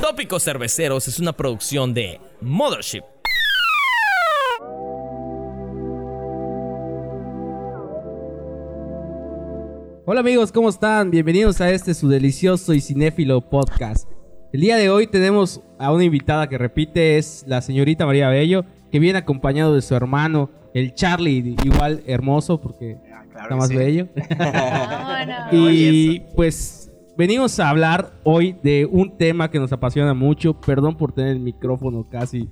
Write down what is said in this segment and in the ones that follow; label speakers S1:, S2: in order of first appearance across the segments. S1: Tópicos Cerveceros es una producción de Mothership.
S2: Hola amigos, ¿cómo están? Bienvenidos a este su delicioso y cinéfilo podcast. El día de hoy tenemos a una invitada que repite, es la señorita María Bello, que viene acompañado de su hermano, el Charlie, igual hermoso porque
S3: Ah,
S2: está más bello.
S4: Vámonos.
S2: Y pues venimos a hablar hoy de un tema que nos apasiona mucho. Perdón por tener el micrófono casi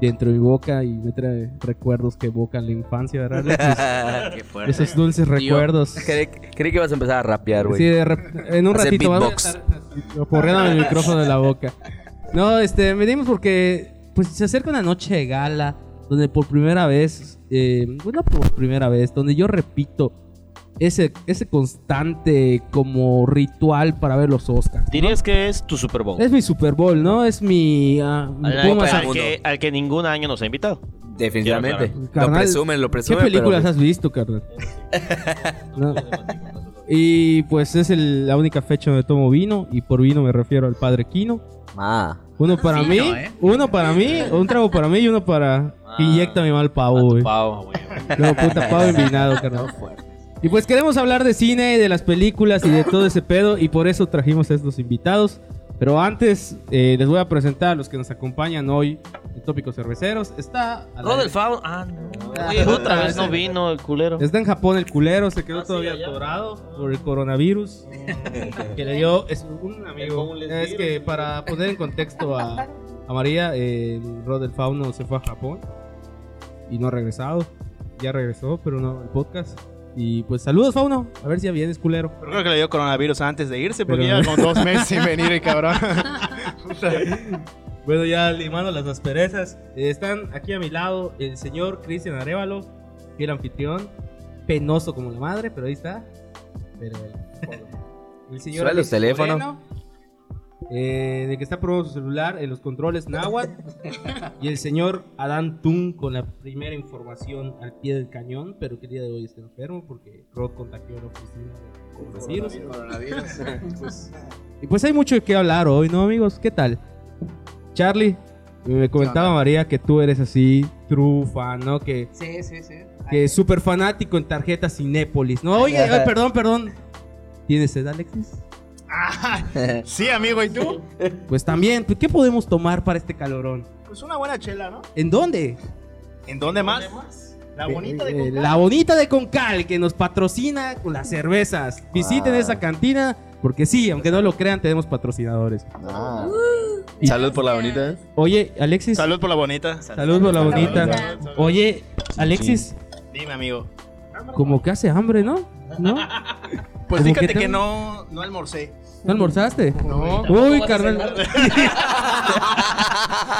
S2: dentro de mi boca y me trae recuerdos que evocan la infancia, ¿verdad?
S5: Qué
S2: Esos,
S5: fuerte.
S2: esos dulces recuerdos.
S3: Creí, creí que ibas a empezar a rapear, güey.
S2: Sí, de rep- en un
S3: Hacer
S2: ratito
S3: beatbox.
S2: más. Porreándome el micrófono de la boca. No, este, venimos porque pues se acerca una noche de gala donde por primera vez, eh, bueno, por primera vez, donde yo repito ese, ese constante como ritual para ver los Oscars. ¿no?
S4: Dirías que es tu Super Bowl.
S2: Es mi Super Bowl, ¿no? Es mi... ah, mi
S4: Al,
S2: Pumas-
S3: Copa del
S4: al
S3: Mundo.
S4: que, al que ningún año nos ha invitado.
S3: Definitivamente.
S4: Quiero
S2: Carnal,
S3: lo presumen, lo
S2: ¿Qué
S3: presumen.
S2: películas
S3: pero-
S2: has visto, carnal? No. Y pues es el- la única fecha donde tomo vino y por vino me refiero al Padre Quino.
S3: Ah,
S2: Uno para
S5: Sí,
S2: mí,
S5: no, ¿eh?
S2: uno para mí, un trago para mí y uno para que inyecta mi mal pavo, güey.
S3: pavo.
S2: No, puta, pavo envinado, carnal. Y pues queremos hablar de cine, de las películas y de todo ese pedo y por eso trajimos a estos invitados. Pero antes eh, les voy a presentar a los que nos acompañan hoy en Tópicos Cerveceros. Está a la-
S4: Rodolfo. Ah, no. Oye, otra vez no vino el culero.
S2: Está en Japón el culero, se quedó
S4: Ah, sí,
S2: todavía
S4: allá.
S2: atorado por el coronavirus. que le dio es un amigo. Es que para poner en contexto a, a María, eh, el Rod del Fauno se fue a Japón y no ha regresado. Ya regresó, pero no al podcast. Y pues saludos, Fauno. A ver si ya vienes, culero.
S6: Pero creo que le dio coronavirus antes de irse porque
S2: Pero-
S6: lleva como dos meses sin venir el cabrón.
S2: Bueno, ya limando las asperezas. Eh, están aquí a mi lado el señor Cristian Arevalo, el anfitrión. Penoso como la madre, pero ahí está. Pero el, el señor.
S3: Suena
S2: Alexis
S3: los teléfonos.
S2: Moreno, eh, de que está probando su celular en los controles náhuatl. y el señor Adán Tung con la primera información al pie del cañón, pero que el día de hoy está enfermo porque Rod contagió a la oficina de coronavirus. Y pues hay mucho que hablar hoy, ¿no, amigos? ¿Qué tal? Charlie, me comentaba María que tú eres así, true fan, ¿no? Que,
S5: Sí, sí, sí.
S2: que es súper fanático en tarjetas Cinépolis, ¿no? Oye, ay, perdón, perdón. ¿Tienes sed, Alexis?
S6: Ah, sí, amigo, ¿y tú?
S2: Pues también, pues, ¿qué podemos tomar para este calorón?
S6: Pues una buena chela, ¿no?
S2: ¿En dónde?
S6: ¿En dónde más? La bonita de
S2: Eh, eh,
S6: Conca.
S2: La bonita de Concal, que nos patrocina con las cervezas. Visiten
S3: Ah.
S2: esa cantina, porque sí, aunque no lo crean, tenemos patrocinadores.
S3: Ah.
S2: Y-
S3: Salud por la bonita.
S2: Oye, Alexis.
S6: Salud por la bonita.
S2: Salud por la
S4: Salud,
S2: bonita.
S4: salud,
S6: salud.
S2: Oye, Alexis,
S6: Dime, amigo.
S2: como que hace hambre, ¿no? ¿No? ¿No
S6: Pues
S2: ¿Cómo
S6: fíjate
S2: qué
S6: que,
S2: tal?
S6: no, no almorcé.
S2: almorzaste?
S6: No.
S2: Uy, carnal.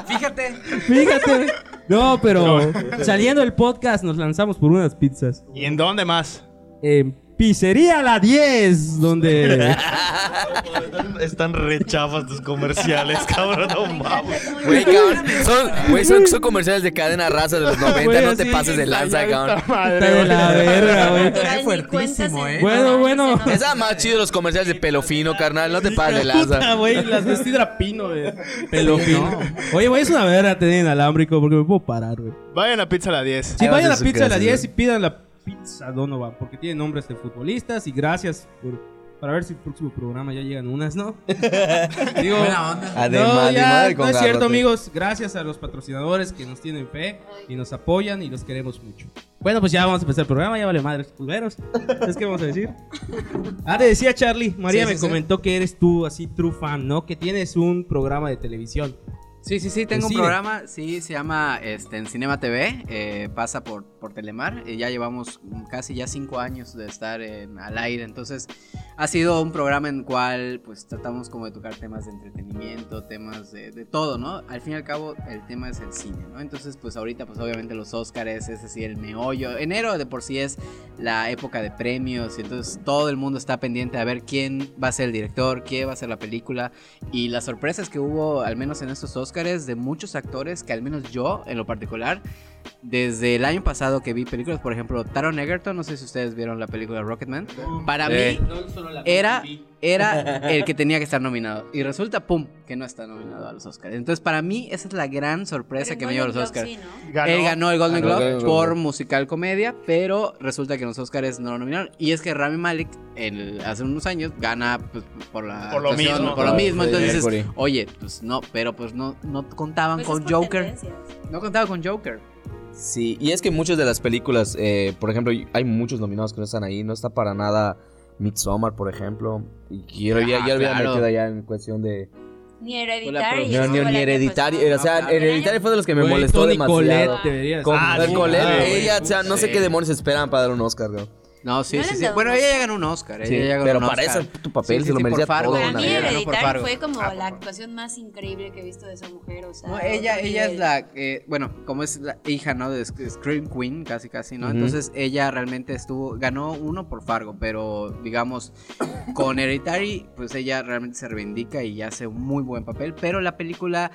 S5: Fíjate.
S2: Fíjate. No, pero saliendo del podcast nos lanzamos por unas pizzas.
S6: ¿Y en dónde más?
S2: En Pizzería La 10, donde...
S4: Están rechafas tus comerciales, cabrón. No mames.
S3: Güey, cabrón. Son, güey, son, son comerciales de cadena raza de los 90.
S2: Güey,
S3: no te
S2: así,
S3: pases de lanza, cabrón.
S2: Está de la verga, güey.
S5: Trae fuertísimo, ¿eh?
S2: Bueno, bueno.
S3: Esa más chido de los comerciales de pelo fino, carnal. No te pases de
S2: Puta,
S3: lanza.
S2: güey, las de sidra pino, güey. Pelo fino. Oye, güey, es una verga tener inalámbrico porque me puedo parar, güey.
S6: Vayan a pizza a las 10.
S2: Si
S3: Ahí va
S2: vayan a
S3: a
S2: la
S3: ser sus
S2: pizza a las
S3: gracias,
S2: 10 y pidan la pizza Donovan, porque tiene nombres de futbolistas y gracias por, para ver si el próximo programa ya llegan unas, ¿no? Digo,
S5: Buena onda.
S2: no,
S3: ni
S2: ya,
S3: Ah, madre
S2: no
S3: con
S2: es cierto,
S3: garrote.
S2: amigos. Gracias a los patrocinadores que nos tienen fe y nos apoyan y los queremos mucho. Bueno, pues ya vamos a empezar el programa, ya vale madres culeros. ¿Es que vamos a decir? Ah, te decía Charlie, María
S5: Sí, sí,
S2: me
S5: sí.
S2: comentó que eres tú así true fan, ¿no? Que tienes un programa de televisión.
S5: Sí, sí, sí, tengo
S2: En
S5: un
S2: cine.
S5: programa, sí, se llama este, en Cinema TV, eh, pasa por, por Telemar, y ya llevamos mm, casi ya cinco años de estar en- al aire, entonces ha sido un programa en cual pues tratamos como de tocar temas de entretenimiento, temas de, de todo, ¿no? Al fin y al cabo el tema es el cine, ¿no? Entonces pues ahorita pues obviamente los Óscares es así el meollo, enero de por sí es la época de premios, y entonces todo el mundo está pendiente a ver quién va a ser el director, quién va a ser la película, y las sorpresas que hubo, al menos en estos Óscares, de muchos actores que al menos yo, en lo particular, desde el año pasado que vi películas, por ejemplo, Taron Egerton, no sé si ustedes vieron la película Rocketman. Para
S6: Eh.
S3: Sí.
S5: mí era, era el que tenía que estar nominado. Y resulta, pum, que no está nominado a los Oscars. Entonces, para mí, esa es la gran sorpresa que me llevó a los Oscars. Él ganó el Golden
S3: Ganó el
S5: Globe
S3: Golden Globe.
S5: por musical comedia, pero resulta que en los Oscars no lo nominaron. Y es que Rami Malek el- hace unos años gana pues, por la
S6: Por lo
S5: actuación,
S6: mismo.
S5: por lo
S3: Ah,
S5: mismo.
S3: Freddie
S5: Entonces,
S3: Mercury.
S5: oye, pues no, pero pues no, no contaban
S7: Pues,
S5: con Joker. No contaba con Joker.
S3: Sí, y es que muchas de las películas, eh, por ejemplo, hay muchos nominados que no están ahí. No está para nada Midsommar, por ejemplo. Y quiero, ya,
S5: Ah,
S3: ya lo hubiera
S5: claro.
S3: metido allá en cuestión de.
S7: Ni
S5: Hola,
S7: hereditario.
S3: No, ni, ni hereditario. O sea,
S5: No, claro.
S3: hereditario fue de los que me
S2: Güey,
S3: molestó
S2: Toni
S3: demasiado.
S2: Collette Ah, debería
S3: Con
S5: Ah,
S2: estar.
S3: con
S6: sí,
S3: Colette,
S6: claro, güey.
S3: ella, o sea, no sé
S5: Sí.
S3: qué demonios esperan para dar un Oscar, güey.
S5: No, sí,
S7: No le
S5: sí,
S7: han
S5: sí.
S7: dado
S5: Bueno,
S7: un
S5: ella ya ganó un Oscar.
S3: Sí,
S5: ella ya ganó
S3: pero
S5: un
S3: para
S5: Oscar.
S3: eso tu papel
S5: Sí,
S3: se
S5: sí,
S3: lo
S5: sí, por
S3: merecía
S5: Fargo.
S3: todo.
S7: Para
S3: una
S7: mí
S5: Ganó
S3: verga.
S5: por
S7: hereditario
S5: Fargo.
S7: fue como
S6: Ah, por
S7: la
S6: Fargo.
S7: actuación más increíble que he visto de esa mujer, o sea.
S5: No, ella,
S7: otro
S5: ella es
S7: nivel.
S5: la, eh, bueno, como es la hija, ¿no? De Sc- Scream Queen, casi, casi, ¿no?
S3: Ujú.
S5: Entonces ella realmente estuvo, ganó uno por Fargo, pero digamos, con Hereditary, pues ella realmente se reivindica y hace un muy buen papel, pero la película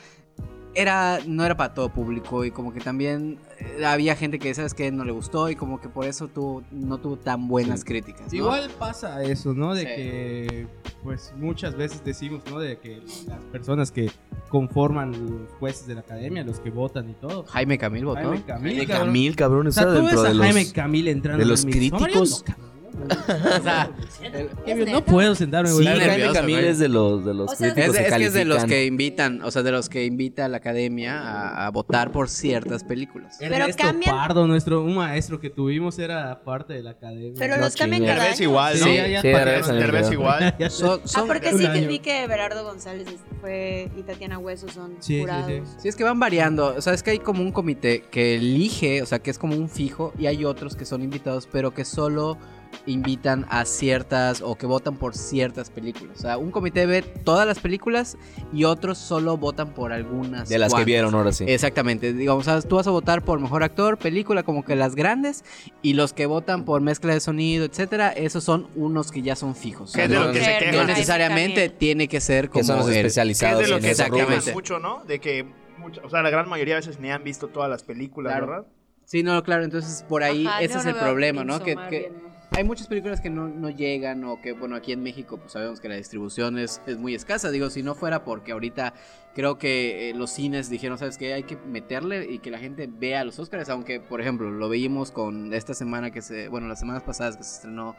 S5: era, no era para todo público y como que también eh, había gente que, ¿sabes qué? No le gustó y como que por eso tuvo, no tuvo tan buenas críticas, ¿no?
S2: Igual pasa eso, ¿no? De
S5: Sí.
S2: que, pues muchas veces decimos, ¿no? De que las personas que conforman los jueces de la academia, los que votan y todo.
S5: Jaime Camil votó.
S2: Jaime Camil,
S3: Jaime
S2: cabrón.
S3: Camil, cabrón,
S2: O sea,
S3: está
S2: tú ves
S3: dentro
S2: a
S3: de los.
S2: Jaime Camil entrando
S3: de
S2: en
S3: los
S2: mi- No,
S3: críticos.
S2: yo no, cabrón.
S5: O sea, el-
S2: Qué bien, no puedo sentarme,
S3: Sí,
S2: güey.
S5: Está
S3: Jaime
S5: nervioso,
S3: Camil
S5: güey.
S3: es de los, de los
S7: O sea,
S5: Es,
S3: críticos
S5: es que es de los
S3: califican.
S5: que invitan, o sea, de los que invita a la academia a, a votar por ciertas películas.
S7: Pero
S2: Ernesto
S7: cambian-
S2: Pardo, nuestro, un maestro que tuvimos era parte de la academia.
S7: Pero
S3: No
S7: los cambian
S3: chingues.
S7: cada
S6: Derbez
S7: año.
S6: igual, ¿no?
S2: Sí,
S6: Derbez-
S2: ya
S3: Sí,
S2: para-
S3: Derbez también
S6: Derbez
S3: quedó.
S6: igual.
S2: Ya-
S5: Son-
S7: Ah,
S5: son-
S7: porque
S2: Un
S7: sí
S2: año.
S7: que vi que Berardo González fue y Tatiana Hueso son
S2: Sí, sí,
S7: jurados.
S2: sí.
S5: Sí, es que van variando. O sea, es que hay como un comité que elige, o sea, que es como un fijo, y hay otros que son invitados, pero que solo invitan a ciertas o que votan por ciertas películas. O sea, un comité ve todas las películas y otros solo votan por algunas.
S3: De las que
S5: cuantas.
S3: vieron ahora sí.
S5: Exactamente, digamos, o sea, tú vas a votar por mejor actor, película, como que las grandes, y los que votan por mezcla de sonido, etcétera, esos son unos que ya son fijos.
S6: Que es de
S3: no,
S6: lo que
S7: no,
S6: se
S7: no,
S5: No
S7: Ajá,
S6: quejan. Que
S5: necesariamente
S7: también.
S5: tiene que ser como
S3: Que son los
S5: el-
S3: especializados.
S6: es de lo
S3: en
S6: que
S3: esos
S6: se quejan
S3: rubros.
S5: Exactamente.
S6: mucho, ¿no? De que, mucho- o sea, la gran mayoría de veces ni han visto todas las películas,
S5: Claro.
S6: ¿verdad?
S5: Sí, no, claro, entonces por ahí
S7: Ajá,
S5: ese
S7: yo
S5: es
S7: no
S5: el
S7: veo
S5: problema, ¿no? Que,
S7: Midsommar
S5: que
S7: bien, ¿no?
S5: hay muchas películas que no, no llegan o que, bueno, aquí en México pues sabemos que la distribución es, es muy escasa. Digo, si no fuera porque ahorita creo que eh, los cines dijeron, ¿sabes qué? Hay que meterle y que la gente vea los Oscars, aunque, por ejemplo, lo veíamos con esta semana que se, bueno, las semanas pasadas que se estrenó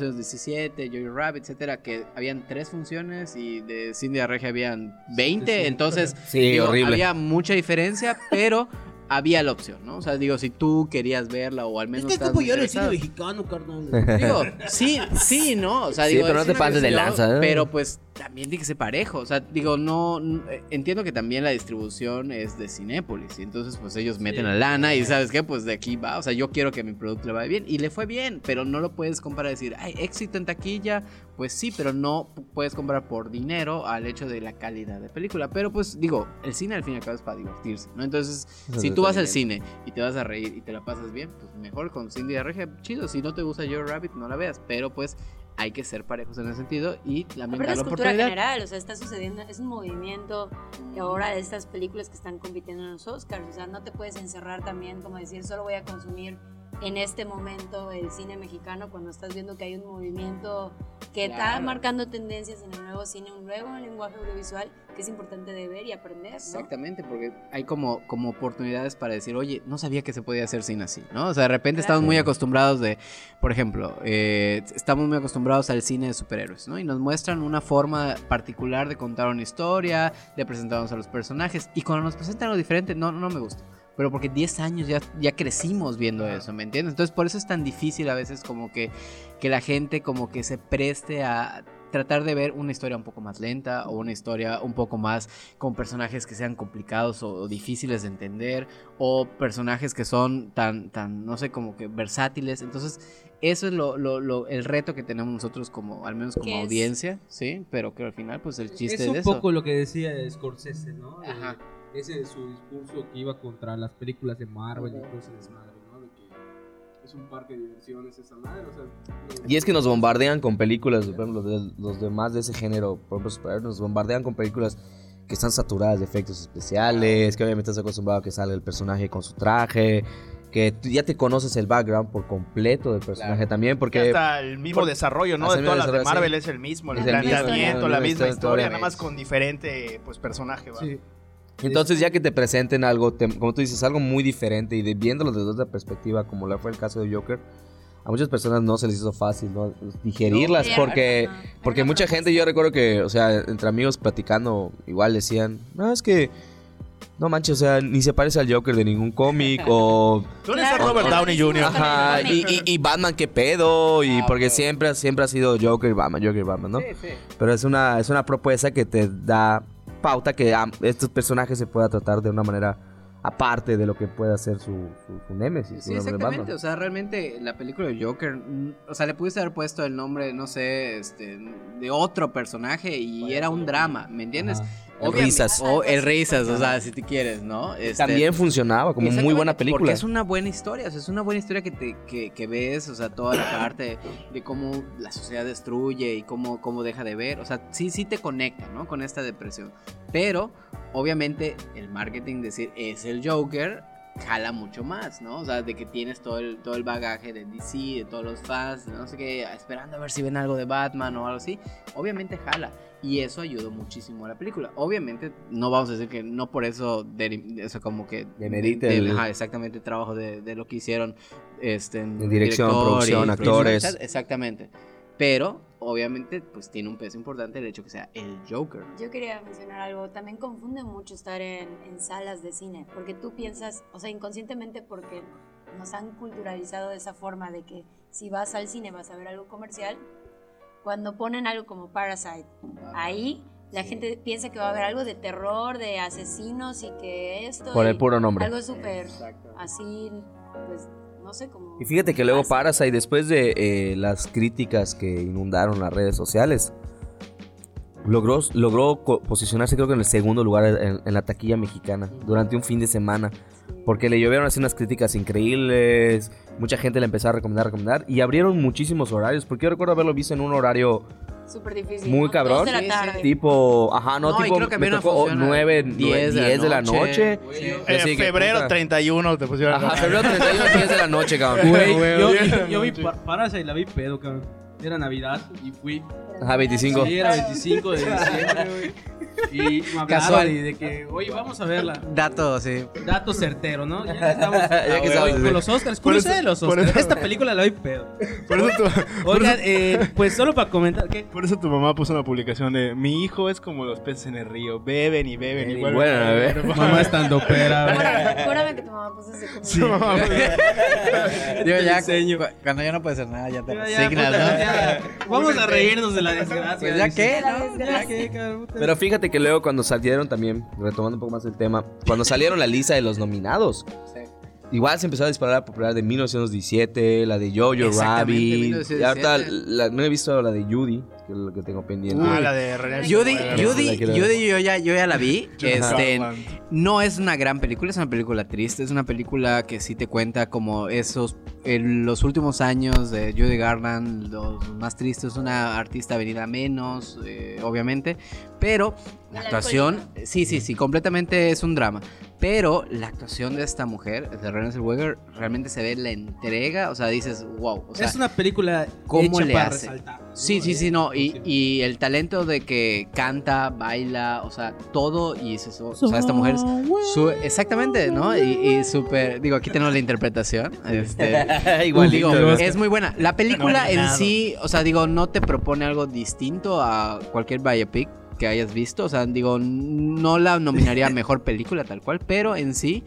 S5: 1917, Jojo Rabbit, etcétera, que habían tres funciones y de Cindy a Regia habían 20,
S2: Sí, sí.
S5: entonces
S3: Sí,
S5: Digo,
S3: horrible.
S5: Había mucha diferencia, pero había la opción, ¿no? O sea, digo, si tú querías verla o al menos.
S2: este
S5: estás muy interesado.
S2: mexicano, carnal.
S5: Digo, sí, sí, ¿no? O sea,
S3: Sí,
S5: digo,
S3: pero no
S5: es
S3: te
S5: una
S3: pases de
S5: cuestión,
S3: lanza, ¿eh?
S5: Pero pues también tiene que ser parejo. O sea, digo, no. n- Entiendo que también la distribución es de Cinépolis. Y entonces, pues ellos meten la lana y, ¿sabes qué? Pues de aquí va. O sea, yo quiero que mi producto le vaya bien. Y le fue bien, pero no lo puedes comparar y decir, ay, éxito en taquilla. Pues sí, pero no p- puedes comprar por dinero al hecho de la calidad de película. Pero pues digo, el cine al fin y al cabo es para divertirse, ¿no? Entonces,
S3: Eso
S5: si
S3: es
S5: tú vas al
S3: entretenimiento.
S5: cine y te vas a reír y te la pasas bien, pues mejor con Cindy de Regia, chido. Si no te gusta Joe Rabbit, no la veas. Pero pues hay que ser parejos en ese sentido y también
S7: Aparte
S5: dar
S7: es
S5: la
S7: cultura
S5: oportunidad.
S7: general, o sea, está sucediendo, es un movimiento que ahora de estas películas que están compitiendo en los Oscars, o sea, no te puedes encerrar también como decir, solo voy a consumir en este momento el cine mexicano cuando estás viendo que hay un movimiento que está
S5: Claro.
S7: marcando tendencias en el nuevo cine, un nuevo lenguaje audiovisual que es importante de ver y aprender, ¿no?
S5: Exactamente, porque hay como, como oportunidades para decir, oye, no sabía que se podía hacer cine así, ¿no? O sea, de repente
S7: Claro.
S5: estamos muy acostumbrados de, por ejemplo, eh, estamos muy acostumbrados al cine de superhéroes, ¿no? Y nos muestran una forma particular de contar una historia, de presentarnos a los personajes, y cuando nos presentan algo diferente, no, no me gusta. Pero porque 10 años ya, ya crecimos viendo eso, ¿me entiendes? Entonces por eso es tan difícil a veces como que, que la gente como que se preste a tratar de ver una historia un poco más lenta o una historia un poco más con personajes que sean complicados o, o difíciles de entender o personajes que son tan, tan, no sé, como que versátiles. Entonces eso es lo, lo- lo- el reto que tenemos nosotros como, al menos
S7: Que
S5: como
S7: es-
S5: audiencia, ¿sí? Pero que al final pues el chiste
S2: es un
S5: de eso.
S2: poco lo que decía Scorsese, ¿no? De-
S5: Ajá.
S2: ese es su discurso que iba contra las películas de Marvel y todo ese desmadre, ¿no? De que es un parque de diversiones esa madre, o sea. no-
S3: Y es que nos bombardean con películas, por ejemplo, de- los demás de ese género, por ejemplo, superhéroes, nos bombardean con películas que están saturadas de efectos especiales, que obviamente estás acostumbrado a que salga el personaje con su traje, que tú ya te conoces el background por completo del personaje
S5: Claro.
S3: también,
S6: Que
S3: porque
S6: hasta el mismo
S3: por-
S6: desarrollo, ¿no?
S3: hasta
S6: De
S3: el
S6: todas las
S3: mismo
S6: de
S3: desarrollo,
S6: Marvel es el mismo, el
S3: Es
S7: el mismo,
S6: planteamiento, la
S3: la misma
S6: misma
S3: historia,
S6: historia, nada más
S3: es.
S6: con diferente pues personaje, ¿va?
S2: Sí.
S3: entonces ya que te presenten algo, te- como tú dices, algo muy diferente y de, viéndolo desde otra perspectiva, como lo fue el caso de Joker, a muchas personas no se les hizo fácil ¿no? digerirlas
S7: Sí,
S3: porque...
S7: ajá. Era
S3: Porque
S7: una
S3: mucha
S7: propuesta.
S3: gente, yo recuerdo que, o sea, entre amigos platicando, igual decían, no, es que, no manches, o sea, ni se parece al Joker de ningún cómic, o,
S6: ¿Dónde está
S7: Claro,
S6: Robert
S7: claro,
S6: Downey
S7: sí,
S6: Jr.?
S7: sí,
S3: ajá, y, y- y Batman, qué pedo, y
S5: Ah,
S3: porque
S5: ok.
S3: siempre, siempre ha sido Joker, Batman, Joker, Batman, ¿no? Pero es una, es una propuesta que te da pauta que ah, estos personajes se pueda tratar de una manera aparte de lo que pueda hacer su, su, su némesis,
S5: Sí,
S3: su nombre Batman.
S5: exactamente. O sea, realmente la película de Joker, mm, o sea, le pudiste haber puesto el nombre, no sé, este, de otro personaje y era un drama, ¿me entiendes?
S3: El
S5: Obviamente-
S3: Risas.
S5: O el risas, o sea, si te quieres, ¿no? Este,
S3: También funcionaba como muy
S5: Exactamente,
S3: buena película.
S5: Porque es una buena historia, o sea, es una buena historia que, te, que, que ves, o sea, toda la parte de cómo la sociedad destruye y cómo, cómo deja de ver, o sea, sí, sí te conecta, ¿no? Con esta depresión. Pero, obviamente, el marketing decir es el Joker jala mucho más, ¿no? O sea, de que tienes todo el, todo el bagaje de DC, de todos los fans, de no sé qué, esperando a ver si ven algo de Batman o algo así, obviamente jala. Y eso ayudó muchísimo a la película. Obviamente, no vamos a decir que no por eso, deri- o sea, como que...
S3: Demerita
S5: del-
S3: el-
S5: ajá, exactamente, el trabajo de, de lo que hicieron. Este, en
S3: En dirección,
S5: director
S3: producción, actores.
S5: exact- Exactamente. Pero, obviamente, pues tiene un peso importante el hecho que sea el Joker.
S7: Yo quería mencionar algo, también confunde mucho estar en, en salas de cine, porque tú piensas, o sea, inconscientemente porque nos han culturalizado de esa forma de que si vas al cine vas a ver algo comercial, cuando ponen algo como Parasite,
S5: Ah,
S7: ahí la gente piensa que va a haber algo de terror, de asesinos y que esto...
S3: Por
S7: y
S3: el puro nombre.
S7: Algo súper así, pues, no sé cómo...
S3: Y fíjate que luego Parasite, después de eh, las críticas que inundaron las redes sociales, logró, logró co- posicionarse creo que en el segundo lugar en, en la taquilla mexicana durante un fin de semana. Porque le llovieron así unas críticas increíbles, mucha gente le empezó a recomendar, recomendar, y abrieron muchísimos horarios, porque yo recuerdo haberlo visto en un horario
S7: Súper difícil.
S3: Muy
S7: ¿no?
S3: cabrón.
S7: Dos de
S5: Sí,
S7: la tarde.
S3: tipo, ajá, no,
S5: No, y
S3: tipo,
S5: creo que
S3: me
S5: había una
S3: tocó
S5: función a
S3: 9, 10,
S5: 10 de la
S3: de la noche.
S5: noche.
S6: Eh,
S3: Así que,
S6: febrero
S3: puta.
S6: 31 te pusieron.
S3: Ajá, febrero 31, 10 de la noche, cabrón.
S2: Güey,
S6: Güey,
S2: yo,
S6: bien,
S2: yo- yo vi
S6: sí.
S2: Pa- Parasite y la vi pedo, cabrón. Era Navidad y fui.
S3: Ajá, 25.
S2: Sí, era 25 de diciembre, güey. Y me hablaron
S5: Casual.
S2: y de que, oye, vamos a verla.
S5: Dato, sí.
S2: Dato certero, ¿no? Ya que estamos
S3: Ya que estamos,
S2: hoy
S3: güey.
S2: con los Oscars.
S6: Por
S2: Curiosa
S6: eso-
S2: de los
S6: por
S2: Oscars.
S6: eso-
S2: Esta película la vi pedo.
S6: Por eso, tu,
S2: Oigan, eh, pues solo para comentar que
S6: por eso tu mamá puso una publicación de mi hijo es como los peces en el río, beben y beben
S3: Y
S6: y vuelven
S3: vuelven a beber".
S2: mamá estando pera,
S7: Acuérdame acuérdame que tu mamá puso ese comentario.
S6: Sí, mamá,
S5: Digo, ya, cu- cuando ya no puedes hacer nada, ya te
S2: güey.
S5: resignas,
S2: Ya,
S5: ¿no?
S2: ya, Vamos a reírnos de la desgracia.
S5: Pues ya
S2: dice.
S5: qué,
S7: La
S5: ¿no?
S7: desgracia.
S5: Ya qué, cabrón.
S3: Pero fíjate que luego cuando salieron también, retomando un poco más el tema, cuando salieron la lista de los nominados,
S5: Pues,
S3: igual se empezó a disparar la popular de 1917, la de Jojo
S5: Exactamente,
S3: Rabbit,
S5: 1917.
S3: y ahorita la- no he visto la de Judy, que es lo que tengo pendiente.
S6: Ah, la de René.
S5: Judy,
S6: Zellweger.
S5: Judy,
S3: quiero ver.
S5: Judy, yo ya, yo ya la vi. Este,
S6: Garland.
S5: no es una gran película, es una película triste, es una película que sí te cuenta como esos, en los últimos años de Judy Garland, los más tristes, es una artista venida menos, eh, obviamente, pero la actuación, sí, sí, sí, completamente es un drama. Pero la actuación de esta mujer, de Renée Zellweger, realmente se ve la entrega, o sea, dices, wow, o sea,
S2: es una película
S5: ¿cómo
S2: hecha
S5: le
S2: para
S5: hace?
S2: resaltar. ¿no?
S5: Sí, sí, sí, no. Y,
S2: Sí.
S5: y el talento de que canta, baila, o sea, todo. Y dices, "Oh, o sea, esta mujer es su- exactamente, ¿no? Y, y súper. Digo, aquí tenemos la interpretación. Este,
S3: Igualito.
S5: digo,
S3: güey.
S5: es muy buena. La película en
S6: Nominado.
S5: sí, o sea, digo, no te propone algo distinto a cualquier biopic que hayas visto. O sea, digo, no la nominaría a mejor película tal cual, pero en sí.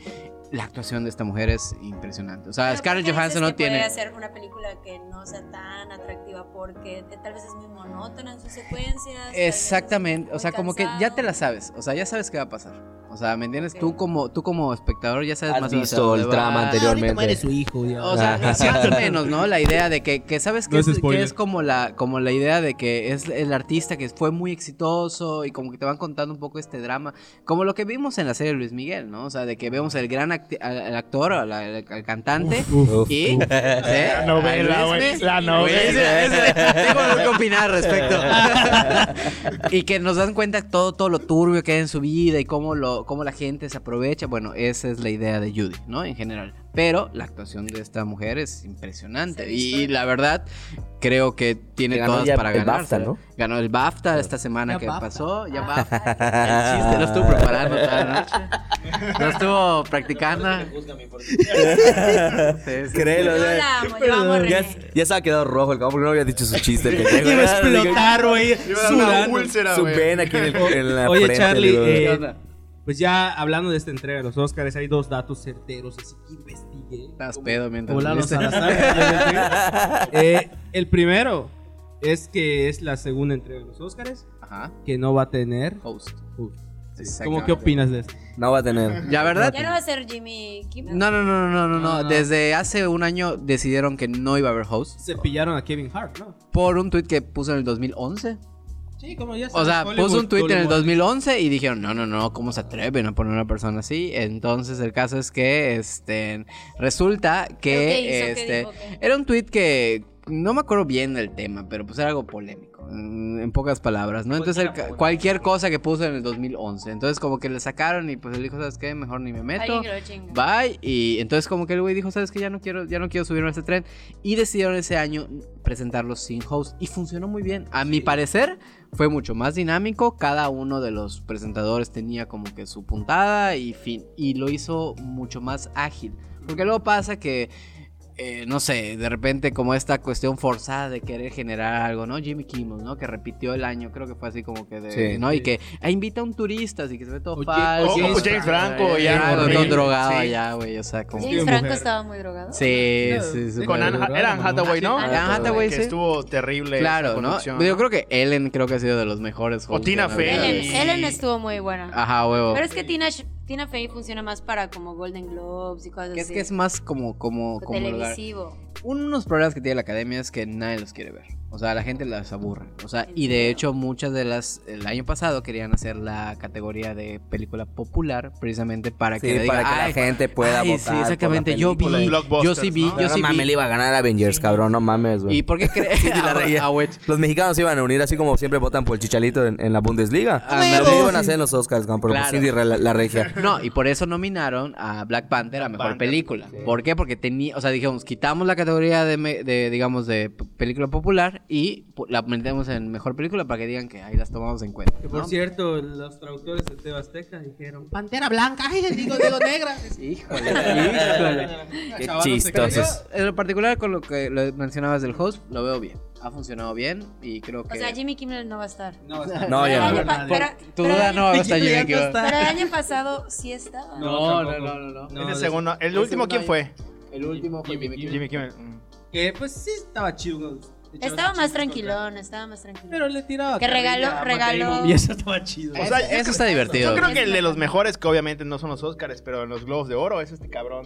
S5: La actuación de esta mujer es impresionante. O sea,
S7: Pero ¿por
S5: Ah, Scarlett
S7: qué
S5: Johansson
S7: dices
S5: no
S7: que
S5: tiene.
S7: Puede hacer una película que no sea tan atractiva porque te- tal vez es muy monótona en sus secuencias. tal vez es
S5: Exactamente,
S7: muy
S5: o sea, como que ya
S7: cansado.
S5: te la sabes, o sea, ya sabes qué va a pasar. O sea, ¿me entiendes?
S7: Ok.
S5: Tú como tú como espectador ya sabes
S3: Has
S5: más o menos a
S3: visto
S5: dónde
S3: el
S5: va.
S3: trama anterior. anteriormente.
S8: Ahorita muere su hijo. ya.
S5: O sea,
S3: Ajá.
S5: más o menos, ¿no? La idea de que, que ¿sabes qué?
S2: No
S5: es,
S2: es
S5: que
S2: spoiler.
S5: es como la como la idea de que es el artista que fue muy exitoso y como que te van contando un poco este drama, como lo que vimos en la serie Luis Miguel, ¿no? O sea, de que vemos el gran acti- al, al actor, al, al- al cantante
S3: Uf.
S5: y ¿eh?
S6: La novela,
S5: Al
S6: güey,
S5: Luismi.
S6: la novela.
S5: Güey, ese- ese- Tengo algo que opinar al respecto. y que nos dan cuenta todo, todo lo turbio que hay en su vida y cómo, lo, cómo la gente se aprovecha. Bueno, esa es la idea de Judy, ¿no? En general. Pero la actuación de esta mujer es impresionante.
S7: Se
S5: Y,
S7: disfruta.
S5: la verdad, creo que tiene
S3: Que ganó
S5: todas
S3: ya
S5: para
S3: el
S5: ganar.
S3: BAFTA, ¿no?
S5: Ganó el BAFTA esta semana
S8: Ya
S5: que
S8: BAFTA.
S5: pasó. Ya
S7: Ah,
S5: BAFTA.
S3: ah.
S5: El chiste lo estuvo preparando toda la noche. Lo estuvo practicando. Sí, sí, sí.
S3: Créelo,
S7: Yo
S3: ya-
S7: la amo, yo amo a
S3: ya,
S7: René.
S3: ya se ha quedado rojo el cabrón porque no había dicho su chiste.
S2: Ah,
S3: pendejo.
S8: Iba a explotar, güey. Sudando.
S6: úlcera,
S3: Su
S6: güey.
S3: pena aquí en, el- en la
S2: Oye,
S3: frente,
S2: Charlie,
S3: bro.
S2: eh,
S5: ¿Qué onda?
S2: Pues ya hablando de esta entrega de los Oscars, hay dos datos certeros, así que investigué.
S5: Estás pedo mientras
S2: Como Lalo
S5: viste.
S2: Salazar. Eh, el primero es que es la segunda entrega de los Oscars,
S5: Ajá,
S2: que no va a tener.
S5: host.
S2: Uf.
S5: Exactamente.
S2: ¿Cómo qué opinas de esto?
S3: No va a tener.
S5: La verdad.
S7: Ya no va a ser Jimmy Kimmel.
S5: No, no, no, no, no,
S2: No,
S5: no, no.
S2: no.
S5: Desde hace un año decidieron que no iba a haber host
S2: Se pillaron a Kevin Hart, ¿no?
S5: por un tweet que puso en el 2011.
S2: Sí, como ya
S5: O sea, puso un tweet en el 2011 y dijeron, no, no, no, ¿cómo se atreven a poner una persona así? Entonces el caso es que, este, resulta
S7: Creo que
S5: que,
S7: hizo, que
S5: este,
S7: dijo que-
S5: Era un tweet que no me acuerdo bien del tema, pero pues era algo polémico, mm, en, en pocas palabras, ¿no? Entonces el ca- cualquier cosa que puso en el 2011, entonces como que le sacaron y pues él dijo, ¿sabes qué? Mejor ni me meto.
S7: Alguien que lo chinga.
S5: Bye y entonces como que el güey dijo, "¿Sabes qué? Ya no quiero ya no quiero subirme a este tren" y decidieron ese año presentarlo sin host y funcionó muy bien. A mi parecer fue mucho más dinámico, cada uno de los presentadores tenía como que su puntada y fin y lo hizo mucho más ágil. Porque luego pasa que eh, no sé, de repente como esta cuestión forzada de querer generar algo, ¿no? Jimmy Kimmel, ¿no? Que repitió el año, creo que fue así como que de,
S3: Sí.
S5: ¿no? Y que ah, invita a un turista, así que se ve todo
S2: O Ja-
S5: falso.
S2: o- o
S6: James Franco,
S5: Ah,
S6: ya,
S5: todo
S6: horrible.
S5: drogado
S6: Sí.
S5: ya, güey, o sea, como...
S7: James
S2: Sí,
S7: Franco
S2: mujer.
S7: estaba muy drogado.
S5: Sí,
S2: No,
S5: sí, sí.
S6: Con
S5: pero-
S6: Anne, era Anne Hathaway, ¿no?
S5: Anne Hathaway,
S6: que
S5: sí.
S6: estuvo terrible.
S5: Claro,
S6: esa
S5: ¿no? Pues
S6: conducción.
S5: Yo creo que Ellen creo que ha sido de los mejores.
S6: O Tina
S5: hosts de la
S6: Fey.
S5: vida.
S7: Ellen,
S6: Sí.
S7: Ellen estuvo muy buena.
S5: Ajá, huevo.
S7: Pero es que Tina, Sh- Tina Fey funciona más para como Golden Globes y cosas
S5: Que es
S7: así.
S5: que es más como, como,
S7: O
S5: como lugar.
S7: televisivo.
S5: unos problemas que tiene la academia es que nadie los quiere ver. O sea, la gente las aburre. O sea,
S7: ¿En
S5: y de
S7: serio?
S5: hecho muchas de las el año pasado querían hacer la categoría de película popular precisamente para que
S3: Sí,
S5: le
S3: para
S5: diga,
S3: que
S5: "Ay,
S3: la gente pueda
S5: ay,
S3: votar.
S5: sí,
S3: por la
S5: exactamente. Yo vi,
S3: película".
S5: yo
S6: Blockbusters,
S5: sí vi,
S6: ¿no?
S5: yo
S3: Pero
S5: sí
S3: no mames,
S5: vi.
S3: le iba a ganar Avengers, cabrón, no mames,
S5: ¿Y
S3: güey.
S5: por qué crees?
S3: la
S5: Ah,
S3: reía. Los mexicanos se iban a unir así como siempre votan por el chichalito en, en la Bundesliga.
S5: Ah,
S3: Lo
S5: huevo.
S3: que iban a hacer en los Oscars, cabrón, pero
S5: Claro.
S3: por Cindy Re- la, la regia.
S5: No, y por eso nominaron a Black Panther a
S6: Black
S5: mejor
S6: Panther,
S5: película. ¿Por qué? Porque tenía, o sea, dijimos, quitamos la categoría de, me- de, digamos, de p- película popular y pu- la metemos en mejor película para que digan que ahí las tomamos en cuenta.
S2: Que
S5: ¿no? Pues,
S2: por cierto, los traductores de Tebasteca dijeron.
S8: Pantera blanca. Ay, digo, digo negra.
S5: Híjole, híjole.
S3: Qué
S2: Chavalo, se
S3: chistosos.
S5: Yo, en lo particular con lo que lo mencionabas del host, lo veo bien. Ha funcionado bien y creo
S7: O
S5: que.
S7: sea, Jimmy Kimmel no va a estar.
S2: No,
S3: No,
S7: Pero
S3: ya
S7: el
S3: no.
S7: año pa-
S2: Nadie.
S7: pero-
S5: tu
S7: pero el
S5: duda
S7: año-
S5: no va a estar
S8: Jimmy
S5: Jimmy
S8: Kimmel
S5: Kimmel.
S8: no
S7: Pero el año pasado sí estaba.
S5: No, no,
S2: tampoco.
S5: no, no, no.
S2: No,
S6: Ese
S2: des-
S6: segundo. ¿El
S5: ese
S6: último
S5: segundo
S6: quién
S5: año.
S6: fue?
S5: El último fue Jimmy Kimmel.
S6: Jimmy Kimmel. Mm.
S2: Que pues sí estaba chido. echaba
S7: Estaba
S2: sus
S7: más
S2: chistes
S7: tranquilón, estaba más tranquilón.
S2: contra- Pero le tiraba.
S7: Que
S2: carrilla
S7: regaló-
S2: a Matt
S7: regaló-
S2: Damon Y eso estaba chido.
S6: O sea,
S5: Ese-
S6: yo
S5: ese
S6: creo-
S5: está divertido.
S6: Yo creo que
S7: Es
S6: el de los
S7: bacán.
S6: mejores, que obviamente no son los Oscars, pero en los Globos de Oro, es este cabrón